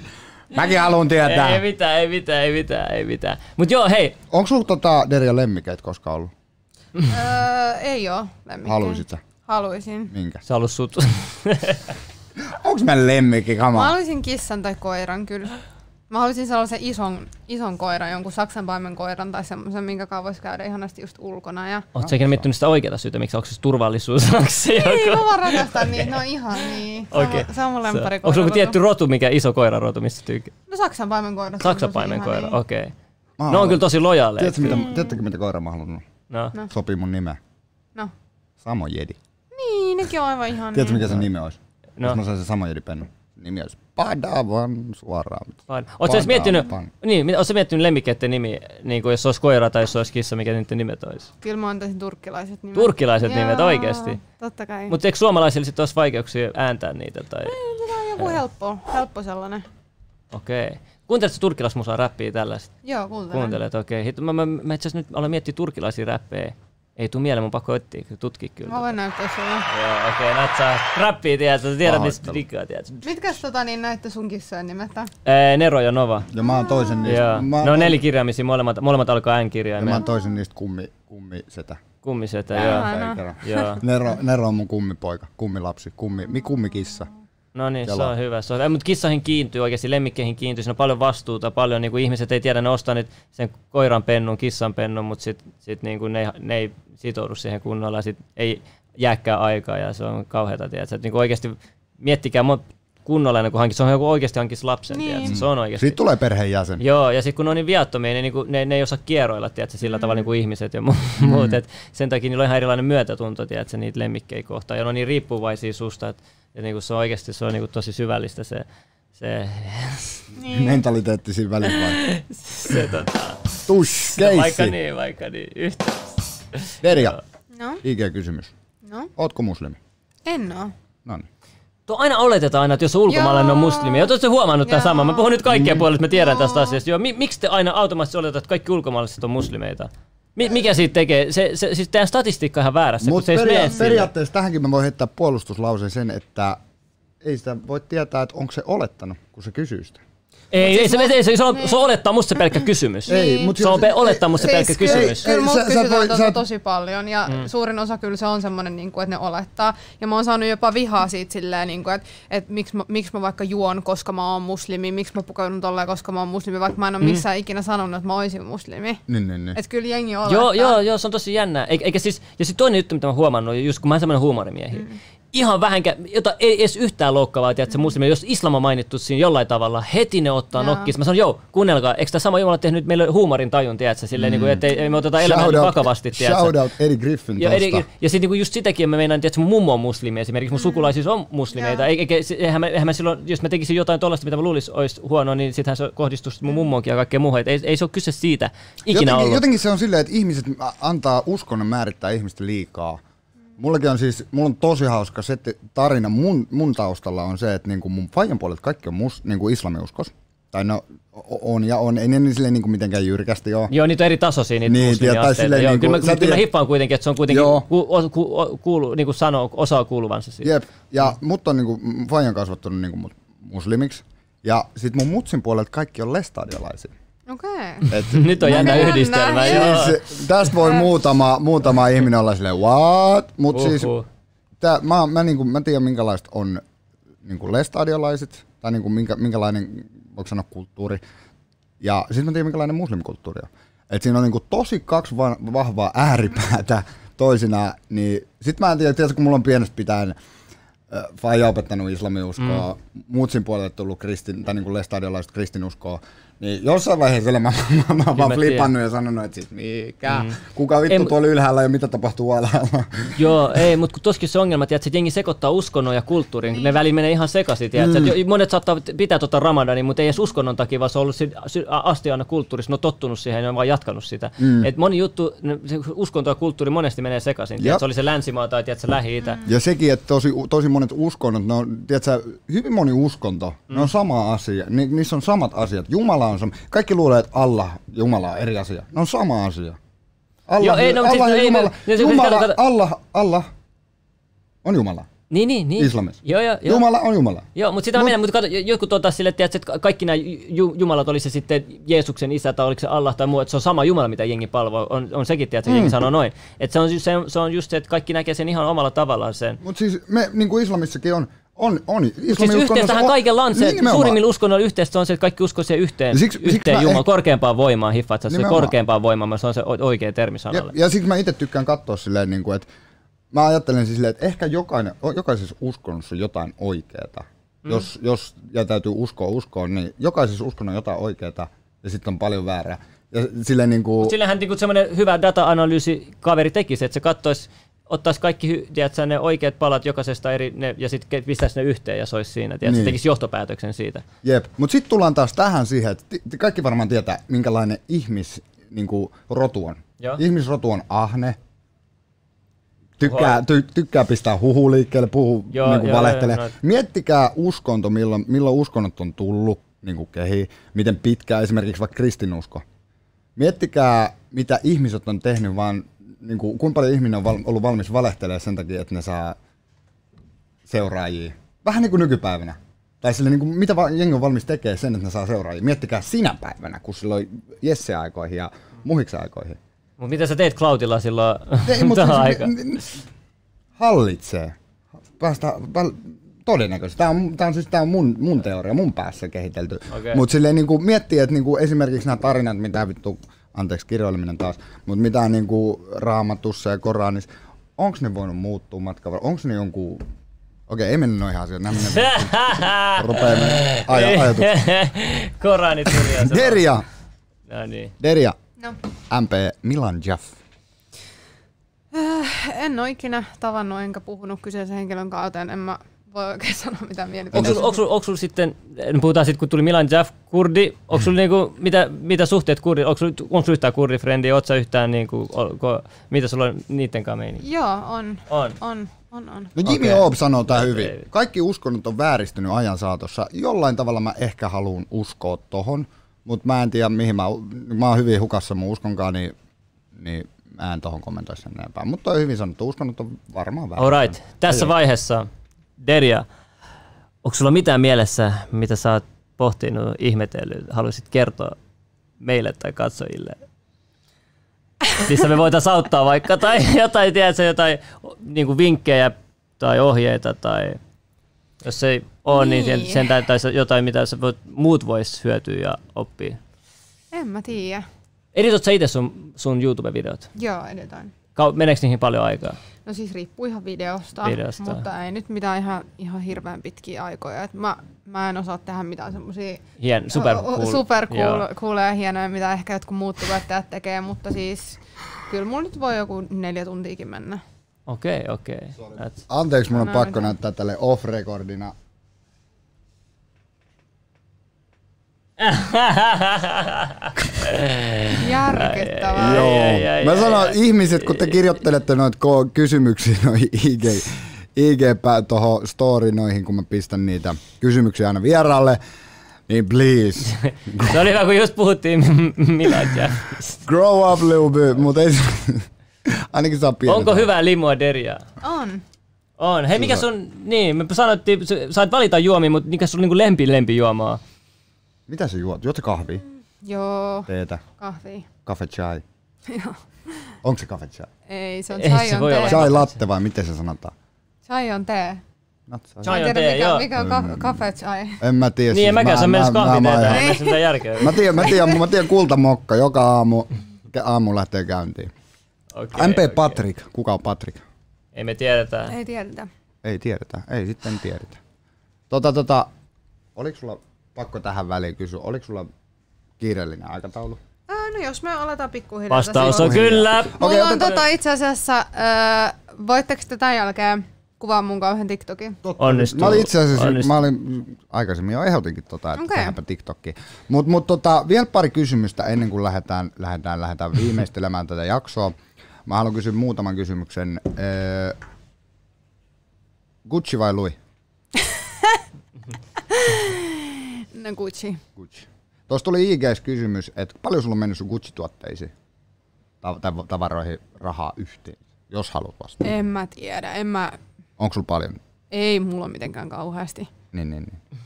B: Mäkin haluan tietää.
A: (laughs) ei mitään, ei mitään, ei mitään, ei mitään. Mut joo, hei,
B: Onko sulla tota Derja lemmikeet koskaan ollut?
D: öö, ei oo. lemmikki.
B: Haluisit sä?
D: Haluisin.
B: Minkä?
A: sä ollut sut. (laughs)
B: Onks mä lemmikki,
D: Mä
B: kama?
D: haluaisin kissan tai koiran kyllä. Mä haluaisin sellaisen ison, ison koiran, jonkun saksan paimen koiran tai semmoisen, minkä kanssa voisi käydä ihanasti just ulkona. Ja...
A: Oot sä ikinä miettinyt sitä oikeata syytä, miksi siis onko se turvallisuus? Onko se
D: Ei,
A: joku...
D: mä vaan rakastan niitä, ne on ihan niin.
A: Okei.
D: Se on mun lempari
A: Onko joku tietty rotu, mikä iso koirarotu, mistä tykkää?
D: No saksan paimen koira.
A: Saksapaimen koira,
D: niin.
A: okei.
B: Mä
A: Ne on
B: haluan-
A: kyllä tosi lojaaleja.
B: Tiedätkö, mitä, tiedättekö, mitä koira mä haluan? olla?
A: No. Mm.
D: No.
B: Sopii mun nimeä.
D: No.
B: Samo Jedi.
D: Niin, nekin on aivan ihan
B: Tiedätkö, mikä sen nimi olisi?
A: No.
B: No. Jos mä saisin Samo Jedi pennu. Nimi olisi Padawan suoraan.
A: Fine. Oletko edes
B: Panda,
A: miettinyt,
B: pan-
A: niin, mit- ootko sä miettinyt lemmikkeiden nimi, niin kuin jos olisi koira tai jos olisi kissa, mikä niiden nimet olisi?
D: Kyllä mä antaisin turkkilaiset nimet.
A: Turkkilaiset nimet,
D: Joo,
A: oikeesti?
D: Totta kai.
A: Mutta eikö suomalaisilla sitten olisi vaikeuksia ääntää niitä? Tai...
D: Tämä on joku helppo, helppo sellainen.
A: Okei. Okay. Kuunteletko turkilaismusaa räppiä tällaista?
D: Joo, kuuntelen.
A: Kuuntelet, okei. Okay. Mä, mä, mä itse asiassa nyt aloin miettiä turkilaisia räppejä. Ei tuu mieleen, mun pakko etsiä, tutki kyllä.
D: Mä voin näyttää sulle.
A: Joo, okei, okay, natsaa. Räppiä, tiedätkö, sä tiedät mistä
B: Pahoittelu.
A: digaa, tiedätkö.
D: Mitkäs tota niin näitte sun kissojen nimettä?
A: Ee, Nero ja Nova.
B: Ja mä oon toisen niistä.
A: Joo. No
B: Mä,
A: Ne on nelikirjaimisia, molemmat, molemmat alkaa
B: ja mä
A: N-kirjaimia.
B: oon toisen niistä kummi, kummi setä.
A: Kummisetä, joo. Joo.
B: Nero, Nero on mun kummipoika, kummilapsi, kummi, mi, kummikissa.
A: No niin, se
B: Kela.
A: on hyvä. Se on hyvä. Mutta kissahin kiintyy oikeasti, lemmikkeihin kiintyy. Siinä on paljon vastuuta, paljon niin kuin ihmiset ei tiedä, ne ostaa nyt sen koiran pennun, kissan pennun, mutta sit, sit niin kuin ne, ei- ne, ei sitoudu siihen kunnolla, sit ei jääkään aikaa ja se on kauheata, tiedätkö? Et Niin kuin oikeasti miettikää mo- kunnolla ennen kuin hankit. Se on joku oikeasti hankis lapsen,
D: Niin.
A: tiedätkö? Se on oikeasti.
B: Siitä tulee perheenjäsen.
A: Joo, ja sitten kun ne on niin viattomia, ne, niinku, ne, ne ei osaa kieroilla tiedätkö, sillä tavalla niin kuin ihmiset ja mu- (laughs) muut. Et sen takia niillä on ihan erilainen myötätunto tiedätkö, niitä lemmikkejä kohtaan. Ja ne on niin riippuvaisia susta, että et niinku se on oikeasti se on niinku tosi syvällistä se, se, (laughs)
B: (laughs) Mentaliteetti siinä välissä vai?
A: se tota,
B: Tush,
A: vaikka
B: keissi.
A: niin, vaikka niin, yhtä.
B: Derja,
D: No,
B: IG-kysymys.
D: no,
B: Ootko muslimi?
D: en oo.
B: No niin.
A: Tuo aina oletetaan aina, että jos on ulkomaalainen on muslimi. Oletko se huomannut tämän
D: Joo.
A: saman? Mä puhun nyt kaikkien puolesta, mä tiedän tästä asiasta. Joo, mi- miksi te aina automaattisesti oletatte, että kaikki ulkomaalaiset on muslimeita? Mi- mikä siitä tekee? Se, se, siis teidän statistiikka on ihan väärässä, kun
B: Mutta
A: se ei
B: peria-
A: peria- peria-
B: periaatteessa tähänkin mä voin heittää puolustuslauseen sen, että ei sitä voi tietää, että onko se olettanut, kun se kysyy sitä.
A: Ei, ei, se, ei, se, se, on, se on olettaa musta se pelkkä kysymys.
B: siis Niin. Ei, mut
A: se on
B: jos-
A: pe- olettaa musta se
B: ei-
A: pelkkä
B: ei-
A: kysymys.
D: Siis Kyllä mut
B: sä- sä
D: kysytään
B: voi-
D: tota
B: sä-
D: tosi paljon ja mm. suurin osa kyllä se on semmoinen, niin että ne olettaa. Ja mä oon saanut jopa vihaa siitä silleen, niin kuin, että, että miksi, mä, miksi mä vaikka juon, koska mä oon muslimi, miksi mä pukeudun tolleen, koska mä oon muslimi, vaikka mä en ole missään ikinä sanonut, että mä oisin muslimi.
B: Mm. Niin, niin, niin.
D: Että kyllä jengi olettaa.
A: Joo, joo, joo, se on tosi jännää. Eikä, eikä siis, ja sitten toinen juttu, mitä mä oon huomannut, just kun mä oon semmoinen huumorimiehi, mm. ihan vähänkä, jota ei edes yhtään loukkaavaa, tiedätkö,
B: Mm.
A: muslimi, jos islam on mainittu siinä jollain tavalla, heti ne ottaa
D: Joo.
A: nokkiin. Mä sanon, joo, kuunnelkaa, eikö tämä sama Jumala tehnyt meille huumorin tajun, tiedätkö, silleen, mm. niin kuin, että ei, ei me oteta elämää nyt niin vakavasti, tiedätkö.
B: Shout out Eddie Griffin
A: Ja,
B: tosta.
A: eri, ja sitten niinku just sitäkin mä meinaan, että mun mummo on muslimi esimerkiksi, mun sukulaisissa on muslimeita.
D: Joo.
A: Ei- Eikä, se- eihän mä, eihän mä silloin, jos mä tekisin jotain tollaista, mitä mä luulisin olisi huonoa, niin sittenhän se kohdistuisi mun mummonkin ja kaikkeen muuhun. Et Ei, ei se ole kyse siitä ikinä
B: jotenkin,
A: ollut.
B: Jotenkin se on silleen, että ihmiset a- antaa uskonnon määrittää ihmistä liikaa. Mullakin on siis, mulla on tosi hauska se että tarina. Mun, mun taustalla on se, että niinku mun faijan puolelta kaikki on mus, niinku islamiuskos. Tai no, o- on ja on. Ei ne niin silleen niinku mitenkään jyrkästi ole.
A: Joo, niitä on eri tasoisia niitä
B: Niin, tai
A: muslimiasteita.
B: silleen
A: Joo,
B: niinku-
A: kyllä mä,
B: sä
A: kyllä mä
B: tiedät-
A: hippaan kuitenkin, että se on kuitenkin,
B: Joo.
A: ku, o, ku, o, kuulu, niin kuin sanoo, osaa kuuluvansa siitä.
B: Jep. Ja mut on niinku, m- faija on kasvattanut niinku mut muslimiksi. Ja sit mun mutsin puolelta kaikki on lestadiolaisia.
D: Okei.
B: Et,
A: (laughs) Nyt on jännä
D: Jännä,
A: yhdistelmä.
D: joo.
A: Joo.
B: siis, tästä voi muutama, muutama ihminen olla silleen, what? Mut siis,
A: Uhuh.
B: tää, mä, mä, niinku, mä tiedän minkälaista on niinku lestadiolaiset, tai niinku, minkä, minkälainen, voiko sanoa kulttuuri. Ja sitten mä tiedän minkälainen muslimikulttuuri on. Et siinä on niinku tosi kaksi va- vahvaa ääripäätä toisinaan, niin sit mä en tiedä, tiedätkö, kun mulla on pienestä pitäen ö, faija opettanut islamiuskoa, mm. muutsin puolelle tullut kristin, tai niinku lestadiolaiset kristinuskoa, niin jossain vaiheessa mä, (laughs) mä, mä, mä,
A: mä
B: vaan
A: tiedän.
B: flipannut ja sanonut, että siis mikä, mm. kuka vittu
A: Ei,
B: Ei,
A: mut-
B: tuolla ylhäällä ja mitä tapahtuu alhaalla.
A: Joo, ei, mutta kun toskin se ongelma, tiedätkö, että jengi sekoittaa uskonnon ja kulttuurin, ne väliin menee ihan sekaisin, tiedätkö, mm. monet saattaa pitää tota ramadanin, mutta ei edes uskonnon takia, vaan se on ollut si- si- asti aina kulttuurissa, ne on tottunut siihen ja ne on vaan jatkanut sitä. Mm. Et moni juttu, ne- se uskonto ja kulttuuri monesti menee sekaisin, tiedätkö,
B: Jep.
A: se oli se länsimaa tai tiedätkö, lähi-itä.
B: Ja sekin, että tosi, tosi monet uskonnot, ne on, tiedätkö, hyvin moni uskonto, mm. ne on sama asia, Ni, niissä on samat asiat. Jumala on sama. Kaikki luulee, että Allah, Jumala on eri asia. Ne on sama asia. Allah,
A: Joo, ei, no,
B: Allah
A: siis-
B: ja
A: ei,
B: Jumala,
A: no, siis
B: Jumala,
A: kato, kato.
B: Allah, Allah on Jumala.
A: Niin, niin, niin.
B: Islamissa.
A: Joo, joo, joo.
B: Jumala on Jumala.
A: Joo, mutta sitä mä menen, mutta kato, jo- jotkut on taas sille, tiedätkö, että ka- kaikki nämä ju- jumalat, oli se sitten Jeesuksen isä tai oliko se Allah tai muu, että se on sama Jumala, mitä jengi palvoo, on, on sekin, tiedätkö,
B: Mm.
A: jengi sanoo noin. Että se on, ju- se, se on just se, että kaikki näkee sen ihan omalla tavallaan sen.
B: Mutta siis me, niin kuin islamissakin on, on, on.
A: Siis
B: Islamin
A: yhteistähän kaikella on se, että
B: nimenomaan.
A: suurimmilla uskonnoilla yhteistä on se, että kaikki uskoo siihen yhteen,
B: Ja siksi-
A: siksi,
B: siksi
A: yhteen
B: mä
A: Jumalaan,
B: ehkä-
A: korkeampaan voimaan, hiffat sä, se
B: Nimenomaan.
A: korkeampaan voimaan, se on se o- oikea termi
B: Ja,
A: sanalle.
B: ja siksi mä itse tykkään katsoa silleen, niin kuin, että mä ajattelen siis silleen, että ehkä jokainen, o- jokaisessa uskonnossa on jotain oikeeta. Mm. Jos, jos ja täytyy uskoa uskoon, niin jokaisessa uskonnossa on jotain oikeeta ja sitten on paljon väärää. Ja silleen niin kuin,
A: Sillähän niinku semmoinen hyvä data-analyysi kaveri tekisi, että se katsoisi, ottaisi kaikki hy- tiedätkö, ne oikeat palat jokaisesta eri, ne, ja sitten pistäisi ne yhteen ja se olisi siinä. Tiedätkö, niin.
B: Niin.
A: tekisi johtopäätöksen siitä.
B: jep. Mutta sitten tullaan taas tähän siihen, että ti- ti- kaikki varmaan tietää, minkälainen ihmis, niin kuin, rotu on.
A: Joo.
B: Ihmisrotu on ahne. Tykkää, ty, tykkää pistää huhu liikkeelle, puhuu,
A: Joo,
B: niin kuin
A: joo, no.
B: valehtelee.
A: joo, joo.
B: Miettikää uskonto, milloin, milloin uskonnot on tullut. niin kuin kehii, miten pitkä esimerkiksi vaikka kristinusko. Miettikää, mitä ihmiset on tehnyt, vaan niin kuin, kuinka paljon ihminen on val- ollut valmis valehtelemaan sen takia, että ne saa seuraajia. Vähän niin kuin nykypäivänä. Tai sille, niin kuin, mitä va- jengi on valmis tekemään sen, että ne saa seuraajia. Miettikää sinä päivänä, kun silloin Jesse-aikoihin ja muhiksi-aikoihin.
A: Mutta mitä sä teit Cloudilla silloin
B: Ei,
A: (laughs) tähän
B: mutta siis,
A: aikaan?
B: n- n- hallitsee. Päästä, pal, todennäköisesti. Tämä on, tämä on, siis, tämä on mun, mun teoria, mun päässä kehitelty.
A: Okei.
B: Okay. Mutta silleen niin kuin, miettii, että niin kuin, esimerkiksi nämä tarinat, mitä vittu, anteeksi kirjoileminen taas, mutta mitä on niin kuin, raamatussa ja Koranissa, onko ne voinut muuttua matkan varrella? Onko ne jonkun... Okei, ei mennä noihin asioihin. Nämä
A: (laughs)
B: menee rupeaa menemään aj- ajatuksia.
A: Korani tuli ja
B: (laughs)
A: se...
B: Deria,
A: No niin.
B: Deria,
D: No,
B: MP, Milan Jaff.
D: en ole ikinä tavannut enkä puhunut kyseisen henkilön kanssa, joten en mä voi oikein (laughs) sanoa mitä
A: Onko
D: mielipiteitä.
A: sulla sul, onko sul sitten, eh, puhutaan sitten kun tuli Milan Jaff, kurdi, onko sulla niinku, mitä, mitä suhteet kurdi, onko sulla on sul yhtään kurdifrendiä, oot sä yhtään niinku, olko, mitä sulla on niitten kanssa meininki?
D: Joo, on.
A: On.
D: On, on, on.
B: No Jimmy
A: Okei.
B: okay. Oob sanoo tää hyvin.
A: David.
B: Kaikki uskonnot on vääristynyt ajan saatossa. Jollain tavalla mä ehkä haluan uskoa tohon, mutta mä en tiedä mihin mä, mä oon hyvin hukassa mun uskonkaan, niin, niin mä en tohon kommentoi sen enempää. Mutta toi hyvin sanottu, uskonnot on varmaan väärin.
A: Alright, tässä vaiheessa, Derja, onko sulla mitään mielessä, mitä sä oot pohtinut, ihmetellyt, haluaisit kertoa meille tai
D: (laughs)
A: katsojille? Missä me voitaisiin auttaa vaikka, tai (laughs) jotain, tiedätkö, jotain niin kuin vinkkejä tai ohjeita, tai jos ei ole, niin, niin
D: Niin.
A: sen täytyisi jotain, mitä sä voit, muut vois hyötyä ja oppia.
D: En mä tiedä.
A: Editoit sä itse sun, sun YouTube-videot?
D: Joo, edetään.
A: Kau- Meneekö niihin paljon aikaa?
D: No siis riippuu ihan videosta,
A: Videosta.
D: mutta ei nyt mitään ihan, ihan hirveän pitkiä aikoja. Et mä, mä en osaa tehdä mitään semmosia
A: Hien, super
D: o- o-
A: cool.
D: super
A: Joo.
D: cool, cool ja hienoja, mitä ehkä jotkut muut tuottajat tekee, mutta siis kyllä mulla nyt voi joku neljä tuntiikin mennä.
A: Okei, okei. That's-
B: Anteeksi, mun on
D: No,
B: pakko
D: no.
B: näyttää tälle off-recordina.
D: Järkyttävää.
B: Joo.
A: ai, ai,
B: Mä
A: ai,
B: sanon,
A: ai.
B: ihmiset, kun te kirjoittelette noita ko- kysymyksiä noihin IG, IG tuohon story noihin, kun mä pistän niitä kysymyksiä aina vieraalle, niin please,
A: Se oli hyvä, kun just puhuttiin Milan Jaffista.
B: Grow up little bit, mutta ei se- (laughs) ainakin saa pienet.
A: Onko hyvää limua deriaa?
D: On.
A: On. Hei, mikä sun, niin, me sanottiin, sä- sait valita juomi, mutta mikä sun niinku lempi lempijuomaa?
B: Mitä sä juot? Juot sä kahvia?
D: Joo.
B: Teetä?
D: Kahvi.
B: Cafe chai? Onko se cafe chai?
D: Ei, se on
A: Ei
D: chai
A: se
D: on
A: voi
D: tee.
A: olla.
B: Chai latte vai miten se sanotaan?
D: Chai on tee.
B: Not chai.
A: Chai
D: Mä
A: on
D: en tiedä,
A: tee,
D: mikä,
A: joo.
D: mikä on
B: Mm.
D: ka- kafe chai.
B: En mä tiedä.
A: Niin, en mäkään saa mennä kahviteetä,
B: mä,
A: ei mitään järkeä.
B: mä, tiedän, mä tiedän, mä tiedän kultamokka, joka aamu, ke- aamu lähtee käyntiin.
A: Okei,
B: MP
A: okei.
B: Patrick, kuka on Patrick?
A: Ei me tiedetä.
D: Ei tiedetä.
B: Ei tiedetä, ei sitten tiedetä. Tota, tota, oliko sulla, pakko tähän väliin kysyä, oliko sulla kiireellinen aikataulu?
D: Ää, no jos me aletaan pikkuhiljaa. tässä
A: Vastaus on
D: juosta.
A: kyllä.
B: Okei,
D: Mulla on
B: otetaan-
D: tota itse asiassa, äh, voitteko te tämän jälkeen kuvaa mun kauhean TikTokin?
A: Onnistuu.
B: Mä olin itse asiassa,
A: Onnistuu.
B: mä olin mm, aikaisemmin jo ehdotinkin tota, että
D: Okei.
B: okay. tehdäänpä TikTokki. Mutta mut, tota, vielä pari kysymystä ennen kuin lähdetään, lähdetään, lähdetään viimeistelemään tätä jaksoa. Mä haluan kysyä muutaman kysymyksen. Öö, Gucci vai Louis?
D: No Gucci.
B: Gucci. Tuossa tuli IGS kysymys, että paljon sulla on mennyt sun Gucci-tuotteisiin tav- tav- tavaroihin rahaa yhteen, jos haluat vastata.
D: En mä tiedä, en mä,
B: Onko sulla paljon?
D: ei mulla mitenkään kauheasti.
B: Niin, niin, niin.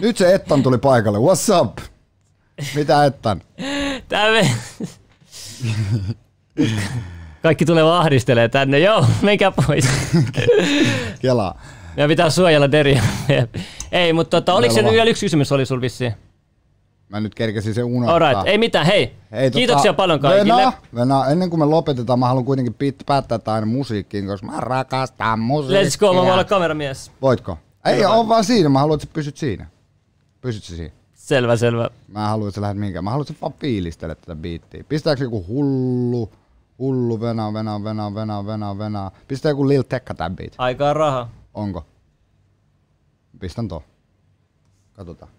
B: Nyt se Ettan tuli paikalle. What's up? Mitä Ettan?
A: Tää me... (laughs) Kaikki tulee vaan ahdistelee tänne. Joo, menkää pois.
B: Kelaa.
A: Meidän pitää suojella deriaa. (laughs) Ei, mutta tota, oliko se
B: Meillä on-
A: vielä yksi kysymys oli sul vissiin?
B: Mä nyt kerkesin sen unohtaa.
A: Alright, ei No, mitään, hei.
B: Hei,
A: Kiitoksia paljon kaikille.
B: Vena, Vena, ennen kuin me lopetetaan, mä haluan kuitenkin pit, päättää tää aina musiikkiin, koska mä rakastan musiikkia.
A: Let's go, mä voin olla kameramies.
B: Voitko? Ei, on vaan siinä. Mä haluan, että sä pysyt siinä. Pysyt sä siinä.
A: Selvä, selvä.
B: Mä haluan, että sä lähdet mihinkään. Mä haluan, että sä vaan fiilistele tätä biittiä. Pistääkö joku hullu, hullu, Vena, Vena, Vena, Vena, Vena, Vena. Pistää joku Lil Tekka tän biitin.
A: Aikaa raha.
B: Onko? Pistän tuo. Katsotaan.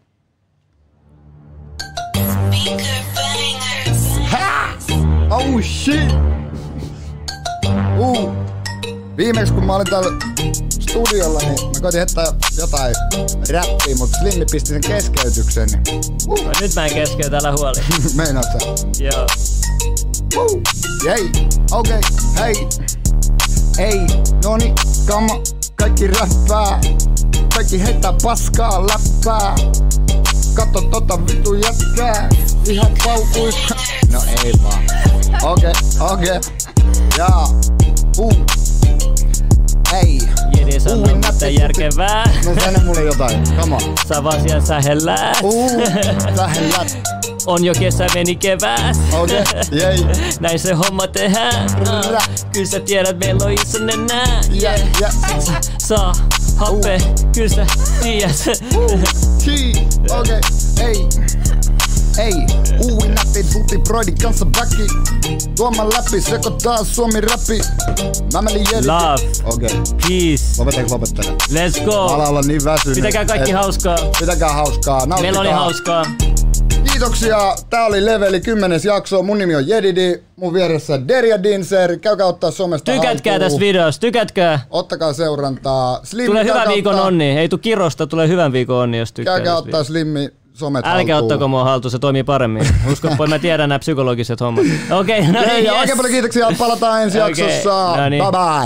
B: Ha! Oh shit! Uh. Viimeksi kun mä olin täällä studiolla, niin mä koitin heittää jotain räppiä, mutta Slimmi pisti sen keskeytyksen, niin
A: No, nyt mä en keskeytä, älä huoli.
B: (laughs) meinaat sä?
A: (laughs) Joo.
B: Woo! Jei, okei, okay. hei, ei, noni, kama, kaikki räppää, kaikki heittää paskaa läppää. Katso tota vitu jätkää, ihan paukuissa. No ei vaan. Okei, okay, okei, okay. jaa, uu, ei.
A: Jiri sanoo,
B: Uu,
A: että
B: nätti-
A: järkevää.
B: No sano mulle jotain, come on.
A: Sä vaan siellä sähellää.
B: Uu, lähellä,
A: On jo kesä, meni kevääs.
B: okei, jei,
A: Näin se homma tehdään.
B: Rrrra.
A: Kyllä sä tiedät, meillä on iso nenää.
B: jä, jä,
A: Saa happe, kyllä sä tiedät.
B: Chi, okei, ei. Ei, uui näppi, tuti broidin kanssa väki. Tuoma läpi, sekoittaa suomi räppi. Mä menin jeli.
A: Love,
B: Okei, okay.
A: peace,
B: lopetaks lopettele.
A: let's
B: Mä
A: go.
B: alan olla niin väsynyt.
A: Pitäkää kaikki
B: et-
A: hauskaa.
B: Pitäkää hauskaa, nauttikaa.
A: Meillä oli hauskaa.
B: Kiitoksia, tää oli Leveli 10 jakso. Mun nimi on Jedidi, mun vieressä Derja Dinser. Käykää ottaa somesta
A: Tykätkää
B: haltuun.
A: tästä videosta, tykätkää.
B: Ottakaa seurantaa. Slim,
A: Tulee
B: käykää
A: hyvän viikon
B: ottaa-
A: onni. Ei tuu kirosta, tulee hyvän viikon onni, jos tykkää.
B: Käykää
A: tästä
B: ottaa Slimmi somet
A: Älkää
B: haltuun.
A: ottako mua haltuun, se toimii
B: (laughs)
A: paremmin. Uskoppa, mä tiedän nämä psykologiset hommat. Okei, okay, no
B: Hei,
A: niin,
B: ja
A: yes.
B: oikein paljon kiitoksia. Palataan ensi
A: Okei,
B: jaksossa.
A: no niin.
B: Bye bye.